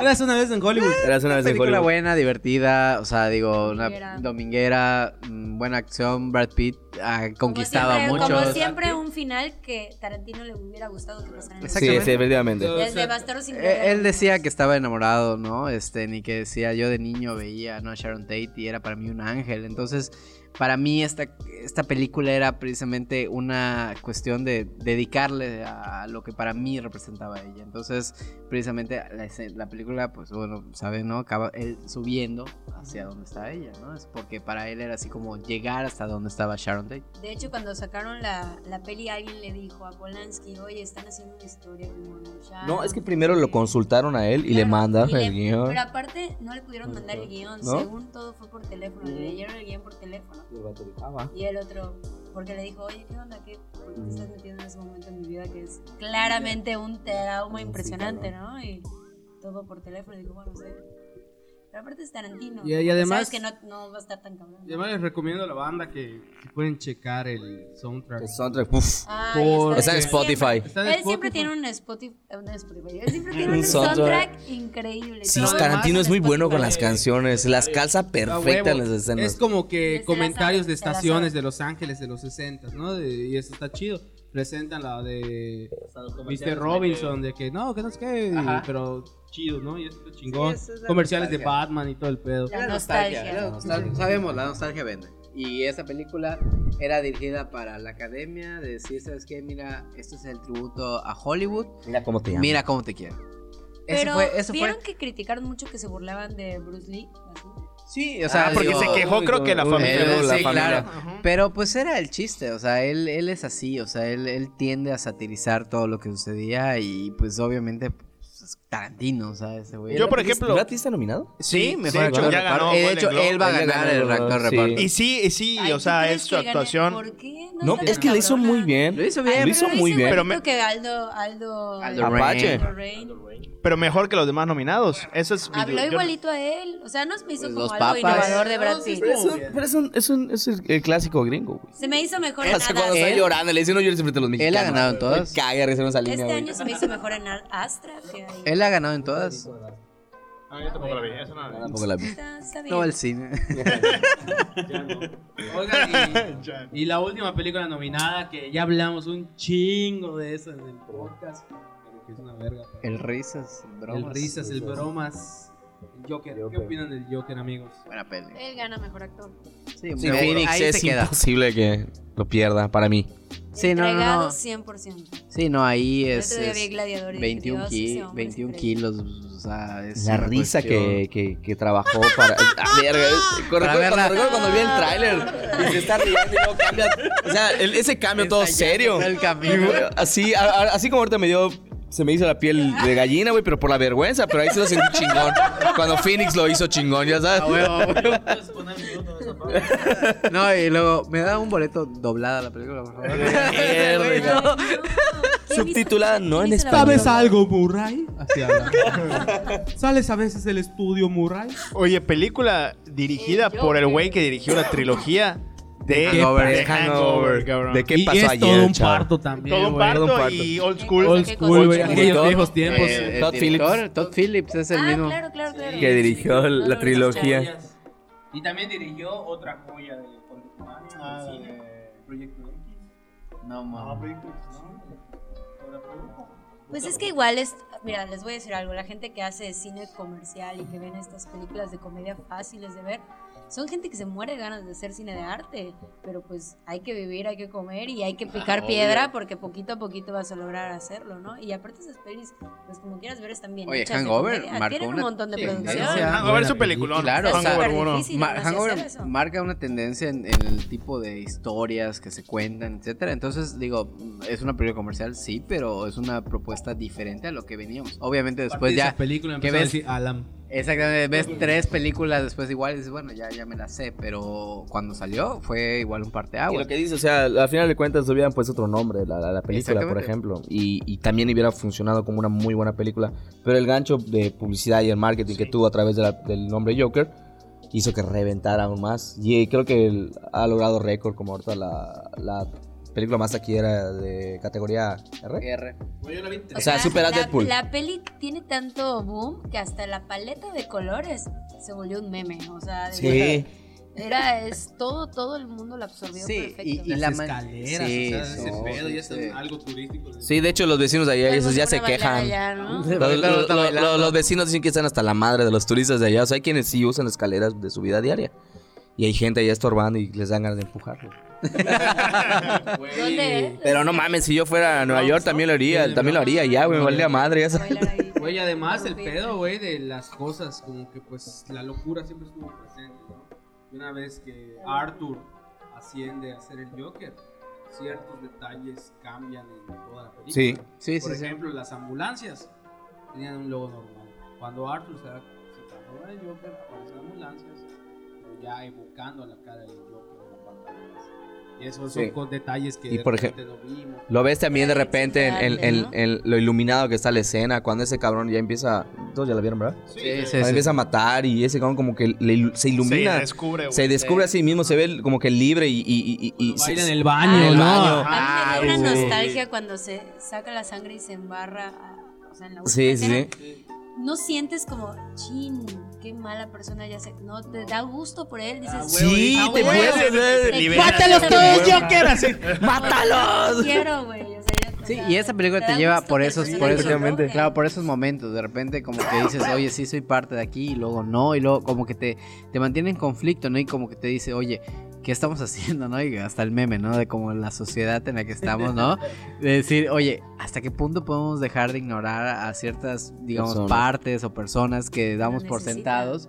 S2: Eras una vez en Hollywood.
S3: Eras una vez en
S5: película
S3: Hollywood.
S5: buena, divertida, o sea, digo,
S7: Dominguera.
S5: una dominguera, mm, buena acción, Brad Pitt ha
S7: Como
S5: conquistado a
S7: siempre- Como
S5: muchos.
S7: siempre, un final que Tarantino le hubiera gustado que pasara en el
S5: Exacto.
S3: Sí, sí, efectivamente.
S2: O sea,
S7: Desde Bastardo sin
S5: Eh, Él decía que estaba enamorado, ¿no? Este, ni que decía, yo de niño veía ¿no? a Sharon Tate y era para mí un ángel. Entonces, para mí esta, esta película era precisamente una cuestión de dedicarle a lo que para mí representaba ella. Entonces, precisamente la, escena- la película, pues bueno, ¿sabes? ¿No? Acaba él subiendo hacia donde está ella, ¿no? Es porque para él era así como llegar hasta donde estaba Sharon Tate.
S7: De hecho, cuando sacaron la, la peli, alguien le dijo a Polanski, oye, están haciendo una historia como no, ya,
S3: No, es que primero lo
S7: sé".
S3: consultaron a él y le
S7: Claro,
S3: mandaron
S7: y le-
S3: el guión.
S7: Pero aparte, no le pudieron mandar el guión.
S3: ¿No? Mm.
S7: Según todo, fue por teléfono. Le leyeron el guión por teléfono.
S3: Y el vato dijo, ah, va.
S7: Y el otro, porque le dijo, oye, ¿qué onda? ¿Qué, ¿Por qué te estás metiendo en ese momento en mi vida que es claramente un trauma impresionante, ¿no? Y todo por teléfono. Y dijo, bueno, sé. Pero aparte es Tarantino.
S2: Y- y
S7: ¿no? Sabes
S2: además-
S7: que no, no va a estar tan cabrón.
S2: Y además les recomiendo a la banda que si pueden checar el soundtrack.
S3: El soundtrack, uf.
S7: Ah,
S2: Por-
S7: y
S3: Está en
S7: desde
S3: Spotify.
S2: Está en
S7: Él siempre
S2: Spotify.
S7: tiene un Spotify, un Spotify. Él siempre tiene
S3: Un
S7: un
S3: soundtrack.
S7: soundtrack increíble.
S3: Sí,
S7: Todo lo
S3: Tarantino
S7: demás
S3: es
S7: en
S3: muy bueno con
S7: Spotify.
S3: las canciones. Las calza
S2: Ah,
S3: perfectas
S2: huevo.
S3: las
S2: Es
S3: escenas.
S2: como
S7: Se
S2: que
S7: la
S2: comentarios
S7: sabe,
S2: de
S7: se la
S2: estaciones
S7: sabe.
S2: de Los Ángeles de los 60, ¿no? De- y eso está chido. Presentan la de Mr. Robinson, de que no, que no es que,
S5: Ajá.
S2: pero chido, ¿no? Y eso está chingón.
S5: Sí, eso es la
S2: Comerciales de
S5: nostalgia.
S2: Batman y todo el pedo.
S7: La nostalgia.
S5: la nostalgia. Sabemos, la nostalgia vende. Y esa película era dirigida para la academia, de decir, ¿sabes qué? Mira, esto es el tributo a Hollywood.
S3: Mira cómo te llama.
S5: Mira cómo te quiero. Eso
S7: Pero
S5: fue, eso
S7: vieron
S5: fue.
S7: que criticaron mucho que se burlaban de Bruce Lee. Así?
S5: Sí, o sea,
S9: Ah, porque
S5: digo,
S9: se quejó,
S3: uy,
S9: creo que la
S3: uy,
S9: familia.
S5: él-
S3: pero la
S5: sí,
S3: familia.
S5: claro. Pero pues era el chiste, o sea, él, él es así, o sea, él, él tiende a satirizar todo lo que sucedía y pues obviamente pues, es Tarantino, o sea, ese güey.
S9: Yo, por
S3: ¿Brad Pitt-
S9: ejemplo-
S3: ¿Brad Pitt está nominado?
S9: Sí, mejor
S5: Mejor
S9: de hecho,
S5: actor
S9: ya
S5: reparto.
S9: ganó.
S5: Eh, de
S9: Golden
S5: hecho,
S9: Globe.
S5: él va a
S3: Él ya
S5: ganar
S3: ganó
S5: el
S3: el
S5: actor
S3: Globe, sí.
S5: reparto.
S9: Y sí, y sí,
S7: Ay,
S9: o
S7: ¿tú
S9: sea,
S7: crees
S9: es
S7: que
S9: su
S7: gane?
S9: actuación.
S7: ¿Por qué?
S3: No,
S7: está
S3: es
S7: tan
S3: que le hizo
S7: cabrona.
S3: muy bien.
S5: Lo hizo
S3: Lo
S5: bien,
S3: hizo
S7: Pero
S3: muy
S7: hizo
S3: bien.
S7: bonito
S9: Pero me-
S7: que Aldo, Aldo,
S5: Aldo
S3: Apache.
S7: Aldo Rain.
S9: Pero mejor que los demás nominados. Eso es.
S7: Habló
S9: yo- yo-
S7: igualito a él. O sea, no se me hizo
S5: Pues,
S7: como
S5: los
S7: algo
S5: papas.
S7: innovador de Brad Pitt.
S3: Pero es un- pero es un- es un- es el- el clásico gringo, güey.
S7: Se me hizo mejor en
S3: Hasta cuando
S7: Ad
S3: está
S5: Él-
S3: llorando, le dicen no llores frente a los mexicanos.
S5: Él ha ganado en todas.
S3: Me Caga recién esa línea,
S7: Este
S3: güey.
S7: año se me hizo mejor en Ad Astra que ahí.
S5: Él ha ganado en todas.
S9: Ah, yo tampoco la vi, eso no la vi.
S3: Tampoco la vi.
S7: Está, está bien.
S5: Todo el cine.
S2: Oigan, y, y la última película nominada que ya hablamos un chingo de eso en el podcast. pero que es una verga.
S5: El risas, bromas.
S2: El risas, el bromas, el Joker. ¿Qué opinan del Joker, amigos?
S5: Buena peli.
S7: Él gana mejor actor.
S5: Sí,
S3: Sí,
S5: ahí-
S3: Phoenix
S5: ahí
S3: es
S5: se queda.
S3: imposible que lo pierda, para mí.
S5: Sí, no, no, no.
S7: Entregado 100%.
S5: Sí, no, ahí
S7: El
S5: es,
S7: otro día
S5: es
S7: vi Gladiador y dije,
S5: 21,
S7: Dios,
S5: ki-
S7: ese hombre es
S5: 21
S7: increíble.
S5: kilos. O sea, es
S3: La
S5: una
S3: risa
S5: cuestión.
S3: que, que, que trabajó para. Ah, verga, eh, corre-
S5: Para
S3: corre-
S5: verla.
S3: cuando, recuerdo cuando vi el tráiler y se está riendo y luego cambia. O sea, el- ese cambio todo
S5: Está ya
S3: serio.
S5: todo el camino.
S3: Así, a- a- así como ahorita me dio. Se me hizo la piel de gallina, güey, pero por la vergüenza. Pero ahí se lo sentí chingón. Cuando Phoenix lo hizo chingón, ya sabes.
S5: A huevo, a huevo. No, y luego, ¿me da un boleto doblada la película, por favor?
S3: Verga.
S7: No. ¿Quién
S3: Subtitulada
S7: hizo-
S3: no
S7: quién
S3: en
S7: hizo la
S3: español.
S2: ¿Sabes
S7: película?
S2: algo, Murray? Así habla. ¿Sales a veces del estudio, Murray?
S9: Oye, película dirigida
S7: Sí, Eh, yo
S9: por el
S7: creo.
S9: güey que dirigió la trilogía de
S3: Hangover,
S9: de
S3: de Hangover.
S9: cabrón.
S3: ¿De qué
S2: y
S3: pasó
S2: es
S3: ayer,
S2: todo un
S3: chavo?
S2: parto también.
S9: Todo un
S2: güey.
S9: parto,
S3: Todo un parto.
S9: y old school.
S7: Old
S9: Old
S7: school,
S9: school,
S7: güey,
S2: aquellos viejos tiempos.
S5: Eh, el
S3: Todd
S5: director, Todd Phillips es el
S7: Ah,
S5: mismo.
S7: claro, claro, claro.
S3: Que dirigió
S7: No lo
S3: la
S7: he
S3: trilogía.
S7: escuchado.
S2: Y también dirigió otra joya del contemporáneo. del cine, Proyecto X.
S5: No, mames.
S7: Pues es que igual es, mira, les voy a decir algo, la gente que hace cine comercial y que ven estas películas de comedia fáciles de ver, son gente que se muere de ganas de hacer cine de arte, pero pues hay que vivir, hay que comer y hay que
S5: Ah,
S7: picar piedra porque poquito a poquito vas a lograr hacerlo, ¿no? Y aparte esas pelis, pues como quieras ver, están bien
S5: Oye,
S7: hechas,
S5: Hangover
S7: tienen-
S5: marcó
S7: tienen un
S5: una-
S7: montón de
S5: Sí,
S7: producción.
S2: o sea,
S9: Hangover Ah, es
S2: Buena
S9: un peliculón.
S5: Claro,
S7: Está
S9: Hangover
S7: súper
S9: uno.
S7: difícil,
S5: Ma-
S7: ¿no? Sí,
S5: Hangover
S7: hacer eso.
S5: marca una tendencia en, en el tipo de historias que se cuentan, etcétera. Entonces, digo, es una película comercial, sí, pero es una propuesta diferente a lo que veníamos. Obviamente después ya
S2: película
S5: ¿qué
S2: empezó a
S5: ves?
S2: decir Alam.
S5: Exactamente, ves tres películas después igual y dices, bueno, ya, ya me la sé, pero cuando salió fue igual un
S3: Y
S5: parteaguas.
S3: lo que dice, o sea, al final de cuentas hubieran puesto otro nombre, la, la, la película, por
S5: Exactamente.
S3: ejemplo, y, y también hubiera funcionado como una muy buena película, pero el gancho de publicidad y el marketing que tuvo a través de la- del nombre Joker hizo que reventara aún más, y eh, creo que el- ha logrado récord como ahorita la, la película más taquillera de categoría R.
S5: R.
S3: O sea, supera a
S7: la,
S3: Deadpool.
S7: La peli tiene tanto boom que hasta la paleta de colores se volvió un meme, o sea, de verdad, era es todo todo el mundo la absorbió
S5: Sí,
S7: perfecto.
S5: y, y
S7: Todo
S5: la
S2: Las
S5: man-
S2: escaleras, o
S5: sí,
S2: sea, ese
S5: no,
S2: pedo, ya
S5: sí.
S2: está algo turístico.
S3: Sí, de hecho los vecinos de allá
S7: el
S3: esos ya
S7: mundo
S3: se
S7: Pues pone a
S3: quejan.
S7: bailar allá, ¿no?
S3: Los, los- los- los vecinos dicen que están hasta la madre de los turistas de allá. O sea, hay quienes sí usan escaleras de su vida diaria. Y hay gente allá estorbando y les dan ganas de empujarlo.
S7: ¿Dónde es?
S3: Pero no mames, si yo fuera a Nueva York también lo haría. También lo haría ya, güey. Me valdría madre. ya
S7: A
S3: sabes.
S7: bailar ahí.
S8: Güey, además el
S7: Grupito.
S8: pedo, güey, de las cosas, como que pues la locura siempre estuvo presente, ¿no? Y una vez que Arthur asciende a ser el Joker, ciertos detalles cambian en toda la película.
S3: Sí.
S5: Sí,
S8: Por
S5: sí, sí.
S8: ejemplo, las ambulancias tenían un logo normal. Cuando Arthur se da se transforma en Joker, aparecen ambulancias, pero ya evocando la cara del Joker en la pantalla. Y esos
S3: Sí.
S8: son con detalles que
S3: Y
S8: de
S3: por
S8: repente no vimos.
S3: Lo ves también de repente en, en- en-
S7: ¿no?
S3: en lo iluminado que está la escena. Cuando ese cabrón ya empieza. Todos ya la vieron, ¿verdad?
S5: Sí, sí,
S3: Cuando
S5: sí.
S3: empieza a matar y ese cabrón como que le ilu- se
S9: Se
S3: ilumina. Se,
S9: descubre, güey.
S3: descubre a sí mismo, se ve como que libre y. y, y- y- y-
S8: Baila
S3: se-
S8: en el
S7: Ah,
S8: baño,
S7: el
S8: ¿no?
S3: baño.
S7: A mí me da una
S3: güey.
S7: nostalgia cuando se saca la sangre y se embarra, a- o sea, en la última
S3: Sí, sí,
S7: escena.
S3: sí.
S7: No sientes como, chin, qué mala persona ya sé. No, te da gusto por él. Dices,
S3: Sí,
S7: "Ah,
S3: te
S7: güey,
S3: puedes. eh,
S7: te
S9: libera.
S7: quiero,
S9: Mátalos
S7: güey,
S9: todos,
S3: Joker! Así.
S7: te Quiero, güey. o sea, ya- o
S5: Sí,
S7: sea,
S5: y esa película
S7: da
S5: te lleva
S7: gusto
S5: por
S7: que el
S5: esos, por
S7: personaje
S5: esos,
S7: lo logre.
S5: claro, por esos momentos. De repente como que dices, oye, sí soy parte de aquí, y luego no, y luego como que te, te mantiene en conflicto, ¿no? Y como que te dice, oye, ¿qué estamos haciendo, no? Y hasta el meme, ¿no? De como la sociedad en la que estamos, ¿no? De decir, oye, ¿hasta qué punto podemos dejar de ignorar a ciertas, digamos,
S3: Personas.
S5: partes o personas que damos por
S7: necesitan.
S5: sentados?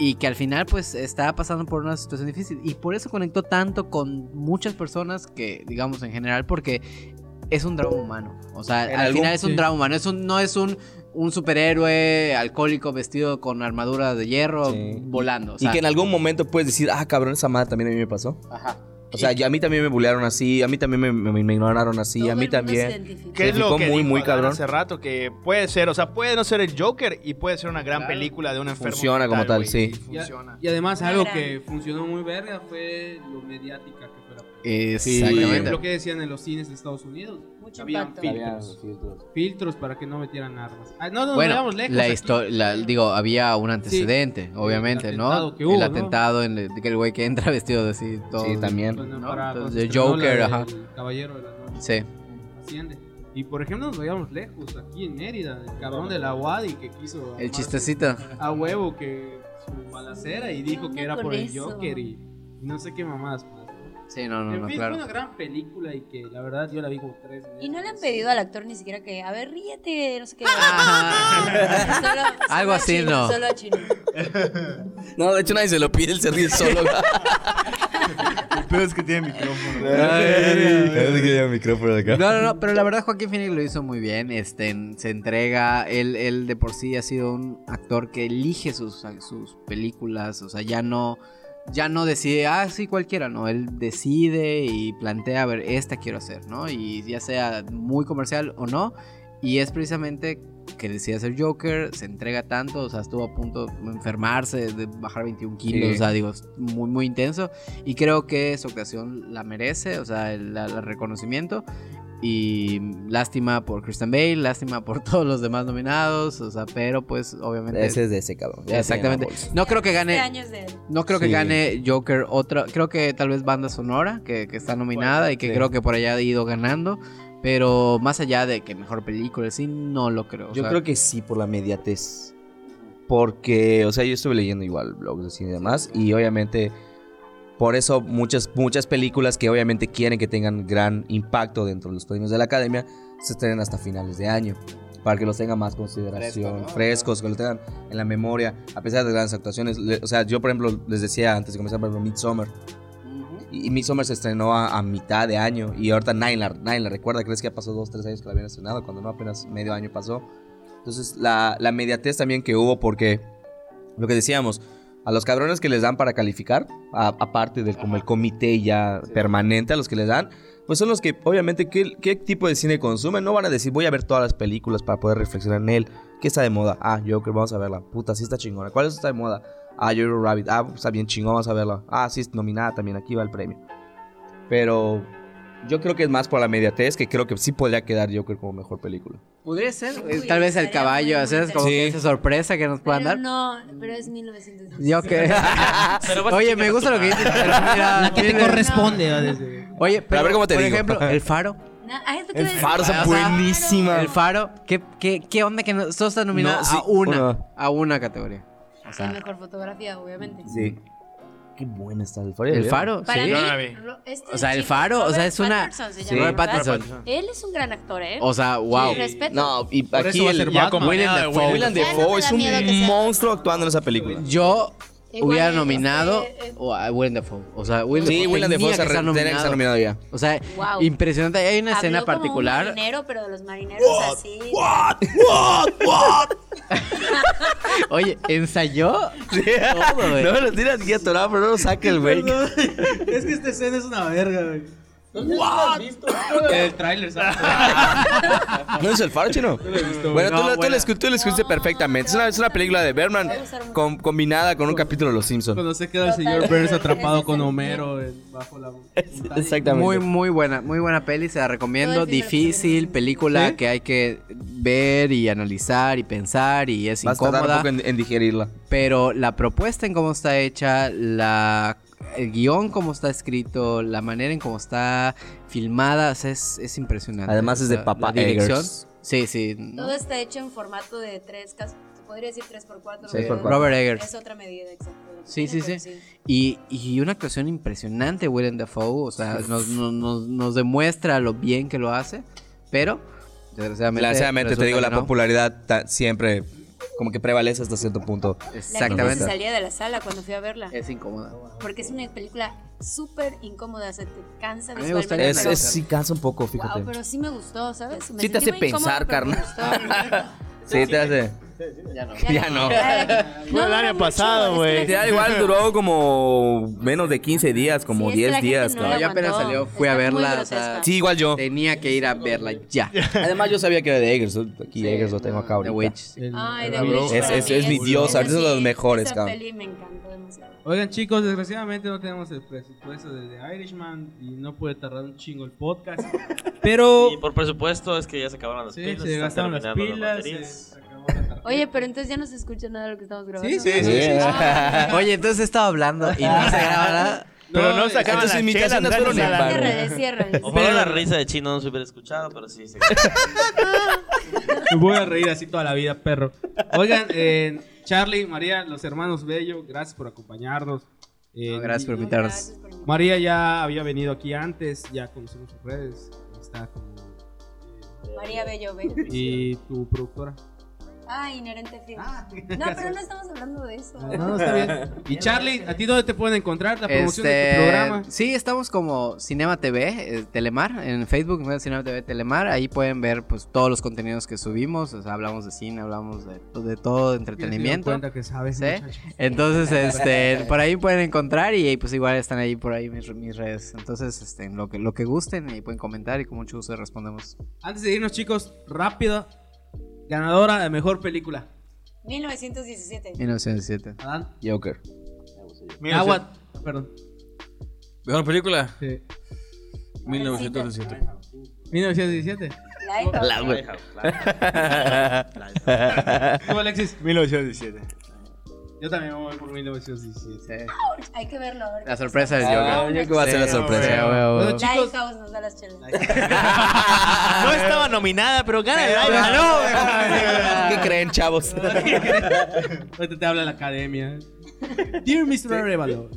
S5: Y que al final pues estaba pasando por una situación difícil. Y por eso conectó tanto con muchas personas que, digamos, en general, porque es un drama humano. O sea,
S3: En
S5: al
S3: algún-
S5: final es un
S3: sí.
S5: drama humano. Es un, no es un, un superhéroe alcohólico vestido con armadura de hierro
S3: Sí.
S5: volando. O
S3: Y
S5: sea,
S3: que en algún momento puedes decir, ah, cabrón, esa madre también a mí me pasó.
S5: Ajá.
S3: O sea, ya a mí también me bullearon así, a mí también me, me- me ignoraron así,
S7: Todo
S3: a
S7: el
S3: mí
S7: mundo se
S3: también.
S7: identifica.
S9: Que es lo
S3: Criticó
S9: que
S3: muy,
S9: dijo
S3: muy
S9: Adán
S3: cabrón.
S9: hace rato, que puede ser, o sea, puede no ser el Joker y puede ser una gran película de un enfermo.
S3: Funciona como tal,
S9: güey,
S3: sí.
S8: Y, a-
S9: Funciona.
S8: y además
S7: Una
S8: algo
S7: gran-
S8: que funcionó muy verga fue lo mediática que fue la película. Por
S5: Exactamente.
S8: ejemplo, ¿qué decían en los cines de Estados Unidos?
S7: Mucho
S8: Habían
S7: impacto.
S8: filtros. Filtros para que no metieran armas. Ah, no, no,
S5: bueno,
S8: no vamos lejos.
S5: la
S8: aquí.
S5: historia, digo, había un antecedente, obviamente,
S8: el
S5: ¿no?
S8: atentado que hubo,
S5: el
S8: ¿no?
S5: atentado en el, que el güey que entra vestido de así, todo.
S3: Sí, también.
S8: Cuando
S5: ¿no?
S8: para- cuando
S5: Entonces,
S8: se
S5: de Joker,
S8: estrenó la
S5: ajá.
S8: del Caballero de la Noche.
S5: Sí.
S8: Asciende. Y por ejemplo, nos vayamos lejos, aquí en Mérida, el cabrón de la Wadi que quiso.
S5: El
S8: armarse
S5: chistecito.
S8: A huevo que su balacera y dijo
S7: onda
S8: que era
S7: con
S8: por el
S7: eso?
S8: Joker y, y no sé qué mamadas más.
S5: Sí, no, no,
S8: en
S5: no,
S8: fin,
S5: claro.
S8: fue una gran película y que la verdad yo la vi como tres veces.
S7: Y no le han pedido al actor ni siquiera que, a ver, ríete, no sé qué.
S3: Ah.
S5: Ajá.
S7: Solo- solo
S5: Algo
S7: a
S5: así,
S7: Chino,
S5: no.
S7: Solo a Chino.
S3: No, de hecho nadie se lo pide, él se ríe solo.
S9: Pero es que tiene micrófono.
S3: micrófono
S5: No, no, no, pero la verdad Joaquín Phoenix lo hizo muy bien, este, en- se entrega, él, él de por sí ha sido un actor que elige sus, sus películas, o sea, ya no, ya no decide, ah, sí, cualquiera, no, él decide y plantea, a ver, esta quiero hacer, ¿no? Y ya sea muy comercial o no, y es precisamente que decide hacer Joker, se entrega tanto, o sea, estuvo a punto de enfermarse, de bajar 21 kilos,
S3: Sí.
S5: o sea, digo, es muy, muy intenso, y creo que su ocasión la merece, o sea, el- la- el reconocimiento. Y lástima por Kristen Bale, lástima por todos los demás nominados, o sea, pero pues obviamente...
S3: Ese es de ese cabrón. ya
S5: Exactamente.
S3: tiene la bolsa.
S5: No creo que
S7: Este
S5: gane...
S7: año es de él.
S5: No creo que
S3: Sí.
S5: gane Joker otra, creo que tal vez Banda Sonora, que, que está nominada y que
S3: sí.
S5: creo que por allá ha ido ganando, pero más allá de que mejor película, sí, no lo creo. o
S3: Yo
S5: sea,
S3: creo que sí, por la mediatez. Porque, o sea, yo estuve leyendo igual blogs de cine y demás. Y obviamente, por eso muchas, muchas películas que obviamente quieren que tengan gran impacto dentro de los premios de la academia se estrenan hasta finales de año. Para que los tengan más consideración,
S5: Fresco, ¿no?
S3: frescos, que los tengan en la memoria, a pesar de grandes actuaciones. Le- o sea, yo, por ejemplo, les decía antes de comenzar, por ejemplo, Midsommar. Y y Midsommar se estrenó a, a mitad de año. Y ahorita Nylar, Nylar, recuerda, ¿crees que ya pasó dos, tres años que la habían estrenado? Cuando no, apenas medio año pasó. Entonces, la, la mediatez también que hubo, porque lo que decíamos, a los cabrones que les dan para calificar, a- aparte del como el comité ya permanente a los que les dan, pues son los que, obviamente, ¿qué, qué tipo de cine consumen? No van a decir, voy a ver todas las películas para poder reflexionar en él. ¿Qué está de moda? Ah, Joker, vamos a verla. Puta, sí está chingona. ¿Cuál está de moda? Ah, Jojo Rabbit. Ah, está bien chingón, vamos a verla. Ah, sí, es nominada también, aquí va el premio. Pero yo creo que es más por la mediatez, que creo que sí podría quedar Joker como mejor película.
S5: Podría ser,
S7: Uy,
S5: eh, tal vez el
S7: estaría
S5: caballo,
S7: muy
S5: o sea, es como
S3: Sí.
S5: que esa sorpresa que nos puedan
S7: Pero
S5: dar.
S7: no, pero es 1900.
S5: Yo que.
S4: Pero vas a
S5: Oye,
S4: chingar
S5: me
S4: a
S5: gusta
S4: tu
S5: lo que dices. pero mira,
S2: La que te
S5: tiene-
S2: corresponde. va a decir.
S5: Oye, pero,
S3: a ver cómo te
S5: por
S3: digo.
S5: ejemplo, el faro.
S3: El faro está buenísima.
S5: El faro, ¿qué, qué, qué onda que no, solo está nominada
S3: Ah. No, sí,
S5: a una,
S3: una.
S5: A una categoría. O
S7: La
S5: sea,
S7: mejor fotografía, obviamente.
S3: Sí. Qué buena está el faro.
S5: el faro, ¿eh?
S7: Para
S5: sí.
S7: mí,
S9: la vi.
S7: Ro- este
S5: O sea, el
S7: chico,
S5: faro, o sea, es
S7: Robert
S5: una-
S7: Pattinson se
S3: Sí.
S7: llama,
S5: Robert
S7: ¿verdad?
S5: Pattinson.
S7: Él es un gran actor, ¿eh?
S5: O sea, wow.
S7: Wow. respeto.
S3: No, y
S2: Por
S3: aquí
S2: eso va a
S3: el-
S2: ser
S3: ya
S2: Batman.
S3: como Willem
S9: Ya,
S3: Dafoe.
S9: güey.
S3: Willem
S7: Ya no me
S3: Dafoe
S7: da
S3: es un
S7: miedo que sea.
S3: monstruo actuando en esa película.
S5: Yo
S7: Igual,
S5: hubiera
S7: este,
S5: nominado
S7: eh,
S5: o a Willem Dafoe. O sea, Willem
S3: Sí,
S5: Dafoe
S3: Willem
S5: tenía
S3: Dafoe
S5: que
S3: se re-
S5: estar
S3: tiene que estar
S5: nominado.
S3: nominado ya.
S5: O sea,
S7: Wow.
S5: impresionante. Hay una escena
S7: Habló como
S5: particular.
S7: Un marinero, pero de los marineros así. de-
S5: Oye, ensayó todo, güey.
S3: No me lo tiras aquí atorado, pero no lo saca el güey.
S8: es que esta escena es una verga, güey. El tráiler, ¿sabes?
S3: ¿No es el faro, chino? Bueno,
S5: No,
S3: tú, la- tú
S5: buena.
S3: la escu- tú la escuchaste perfectamente. Es una, es una película de Berman com- combinada con un capítulo de Los Simpsons.
S8: Cuando se queda el señor Burns atrapado con Homero en- bajo la montaña.
S3: Exactamente.
S5: Muy, muy buena, muy buena peli, se la recomiendo.
S7: Todo el final
S5: Difícil,
S7: también.
S5: película que hay que ver y analizar y pensar y es
S3: Vas a tardar un
S5: incómoda.
S3: poco en, en digerirla.
S5: Pero la propuesta en cómo está hecha, la, el guión cómo está escrito, la manera en cómo está filmada, o sea, es, es impresionante.
S3: Además es de
S5: La-
S3: Papa
S5: la dirección.
S3: Eggers.
S5: Sí, sí. ¿no?
S7: Todo está hecho en formato de tres, casi, te podría decir 3x4.
S3: Seis por
S7: pero
S3: cuatro.
S5: Robert Eggers.
S7: Es otra medida, exacto.
S5: Sí, sí,
S7: Pero
S5: sí. Y, y una actuación impresionante, Willem Dafoe. O sea, nos, nos- nos- nos demuestra lo bien que lo hace. Pero, desgraciadamente.
S3: Desgraciadamente, te
S5: resulta
S3: digo,
S5: que
S3: la
S5: no.
S3: popularidad ta- siempre como que prevalece hasta cierto punto.
S7: La que
S5: Exactamente.
S7: salía de la sala cuando fui a verla.
S5: Es incómoda.
S7: Porque es una película súper incómoda, se te cansa
S5: A mí me gustaría
S7: visualmente,
S3: Es,
S7: pero-
S3: es, sí cansa un poco, fíjate.
S7: Wow, pero sí me gustó, ¿sabes? Me
S3: Sí te
S7: sentí
S3: hace
S7: muy incómoda,
S3: pensar,
S7: pero me
S3: carnal.
S7: gustó.
S3: Sí, te hace... Ya no.
S7: No,
S9: el año
S7: no,
S9: pasado,
S7: mucho,
S9: güey.
S7: es que la-
S3: Ya igual duró como menos de 15 días, como
S7: Sí, es que
S3: 10
S7: la gente
S3: días,
S7: no
S3: cabrón.
S7: la
S5: Yo apenas
S7: aguantó.
S5: salió, fui a
S7: Está muy
S5: verla, o sea,
S7: grotesca.
S3: Sí, igual yo.
S5: Tenía que ir a verla ya.
S3: Además, yo sabía que era de Eggers. Aquí Eggers lo tengo acá
S5: The
S3: ahorita.
S5: Witch.
S2: El-
S7: Ay,
S2: el
S7: de
S2: Raúl.
S7: Witch
S3: Es-
S7: para
S3: es-
S7: mí
S3: es mi dios,
S7: esa
S3: ahorita es uno de los
S7: sí,
S3: mejores,
S7: esa
S3: cabrón.
S7: peli me encantó demasiado.
S2: Oigan chicos, desgraciadamente no tenemos el presupuesto del de Irishman y no puede tardar un chingo el podcast. Pero
S4: Y por presupuesto es que ya se acabaron las
S2: Sí,
S4: pilas.
S2: se
S4: están
S2: gastaron las
S4: terminando
S2: pilas. eh,
S4: baterías.
S2: se acabó la tarjeta.
S7: Oye, pero entonces ya no se escucha nada de lo que estamos grabando.
S2: Sí, sí, sí,
S3: sí, sí.
S7: Ah,
S5: Oye, entonces estaba hablando y no se graba nada.
S9: Pero no
S2: es-
S9: sacaron
S3: entonces
S9: las
S3: imitaciones
S9: chelas,
S3: fueron
S9: danos
S3: en
S9: a la-
S3: vano.
S7: Cierra, cierra.
S4: Ojalá la risa de Chino no se hubiera escuchado, pero sí. se-
S2: Me voy a reír así toda la vida, perro. Oigan, eh, Charlie, María, los hermanos Bello, gracias por acompañarnos. Eh,
S5: No, gracias por
S2: y-
S5: invitarnos.
S2: María ya había venido aquí antes, ya conocemos sus redes. Está como.
S7: María Bello, Bello.
S2: Y tu productora.
S7: Ah, inherente film. No, pero no estamos hablando de eso.
S2: No, no, está bien. Y Charlie, ¿a ti dónde te pueden encontrar? La promoción de tu
S5: Este,
S2: programa.
S5: Sí, estamos como Cinema TV, eh, Telemar, en Facebook, ¿no? Cinema TV Telemar. Ahí pueden ver pues todos los contenidos que subimos. o sea, hablamos de cine, hablamos de, to- de todo, de entretenimiento.
S2: cuenta que sabes,
S5: Sí.
S2: muchacho.
S5: Entonces, este, por ahí pueden encontrar y, pues igual están ahí por ahí mis, mis redes. Entonces, este, lo que, lo que gusten y pueden comentar y con mucho gusto respondemos.
S2: Antes de irnos, chicos, rápido. Ganadora de mejor película.
S7: 1917.
S5: 1907.
S2: Adán.
S3: Joker.
S9: Mira,
S2: Agua. Perdón.
S10: Mejor película.
S2: Sí.
S10: 1917.
S2: 1917.
S7: Light of-
S3: La güey.
S2: ¿Tú, Alexis?
S9: 1917.
S2: Yo también me voy por 1917.
S7: Hay que verlo. a ver
S5: La
S7: qué
S5: sorpresa del
S7: pasa.
S5: yoga.
S3: yo creo que va a ser la
S5: Sí,
S3: sorpresa.
S5: güey,
S10: Oh.
S5: güey, güey.
S2: Bueno,
S7: Dive
S2: chicos.
S7: House nos da las chelas.
S9: No estaba nominada, pero gana el Dive House.
S3: ¿Qué creen, chavos?
S2: Ahorita te habla la academia. Dear Mr. Arevalo.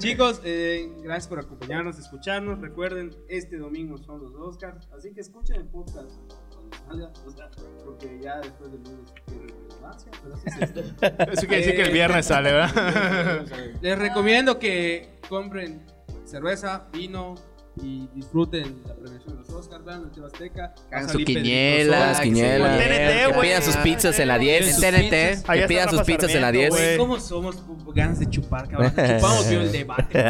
S2: Chicos, eh, gracias por acompañarnos, escucharnos. Recuerden, este domingo son los Oscars, así que escuchen el podcast. cuando salga, o sea, Porque ya después del lunes tiene relevancia, pero así es esto.
S9: Eso quiere decir que el viernes sale, ¿verdad?
S2: Les recomiendo que compren cerveza, vino y disfruten la premiación de los Oscars. Vean el Teo Azteca. Va a
S5: Hagan
S2: salir Ah,
S5: su
S2: Pedrito
S5: quiniela,
S2: Sola.
S3: Las quinielas.
S9: TNT,
S3: Que
S9: güey.
S3: pidan sus pizzas en la
S5: En
S3: 10.
S5: TNT.
S9: Ahí
S3: Que
S9: está
S3: pidan
S9: Rafa
S3: sus pizzas en la
S9: Sarmiento,
S3: 10.
S9: güey.
S2: Güey, ¿Cómo somos con ganas de chupar, cabrón? Chupamos vio el debate.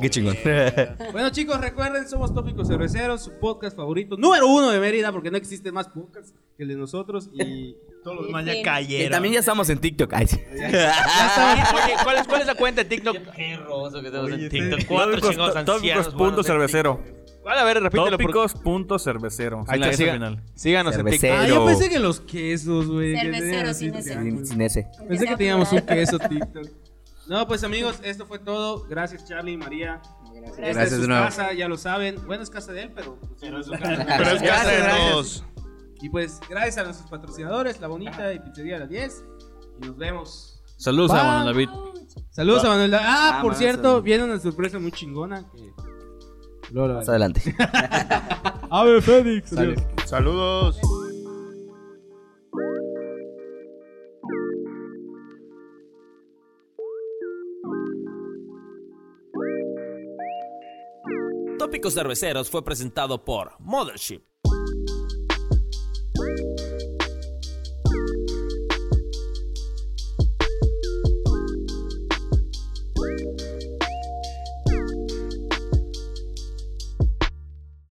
S3: Qué chingón.
S2: bueno, chicos, recuerden, somos Tópicos Cerveceros, su podcast favorito, número uno de Mérida, porque no existe más podcast que el de nosotros. Y
S7: los
S9: Todos los
S7: demás
S9: más
S7: ya
S9: ya
S3: Y
S9: cayeron.
S3: también ya estamos en TikTok. Ay, sí.
S4: Oye, ¿cuál es, ¿cuál es la cuenta de TikTok? Qué hermoso que tenemos en TikTok. Cuatro chingados
S10: Tópicos,
S4: ancianos.
S10: tópicos punto cervecero.
S4: ¿Cuál? A ver, repítelo. porque-
S10: Tópicos punto cervecero.
S9: Ahí
S10: Ahí
S9: está,
S10: está,
S9: siga.
S10: final.
S9: Síganos en TikTok.
S3: Cervecero.
S2: Ah, yo pensé que los quesos, güey. que tenían
S7: Cerveceros sin
S2: así,
S7: ese.
S2: que-
S3: Sin, sin ese.
S2: Pensé que
S7: sea
S2: teníamos un
S7: plural.
S2: queso TikTok. No, pues amigos, esto fue todo. Gracias, Charlie y María. Esta
S5: Gracias
S2: es
S5: de
S2: su
S5: nuevo.
S2: casa, ya lo saben. Bueno, es casa de él, pero, pero es su casa.
S9: Pero es casa de
S5: Gracias,
S9: todos.
S2: Y pues, gracias a nuestros patrocinadores, La Bonita y Pizzería La 10. Y nos vemos.
S10: Saludos
S2: Va.
S10: a Juan David.
S2: Saludos a Manuel. Ah,
S5: Ah,
S2: por
S5: Manuel,
S2: cierto,
S5: saludos.
S2: viene una sorpresa muy chingona. Que... Luego lo
S3: Más
S2: haré.
S3: adelante.
S2: Ave Fénix.
S5: Salud.
S2: adiós.
S9: Saludos.
S1: Tópicos Cerveceros fue presentado por Mothership.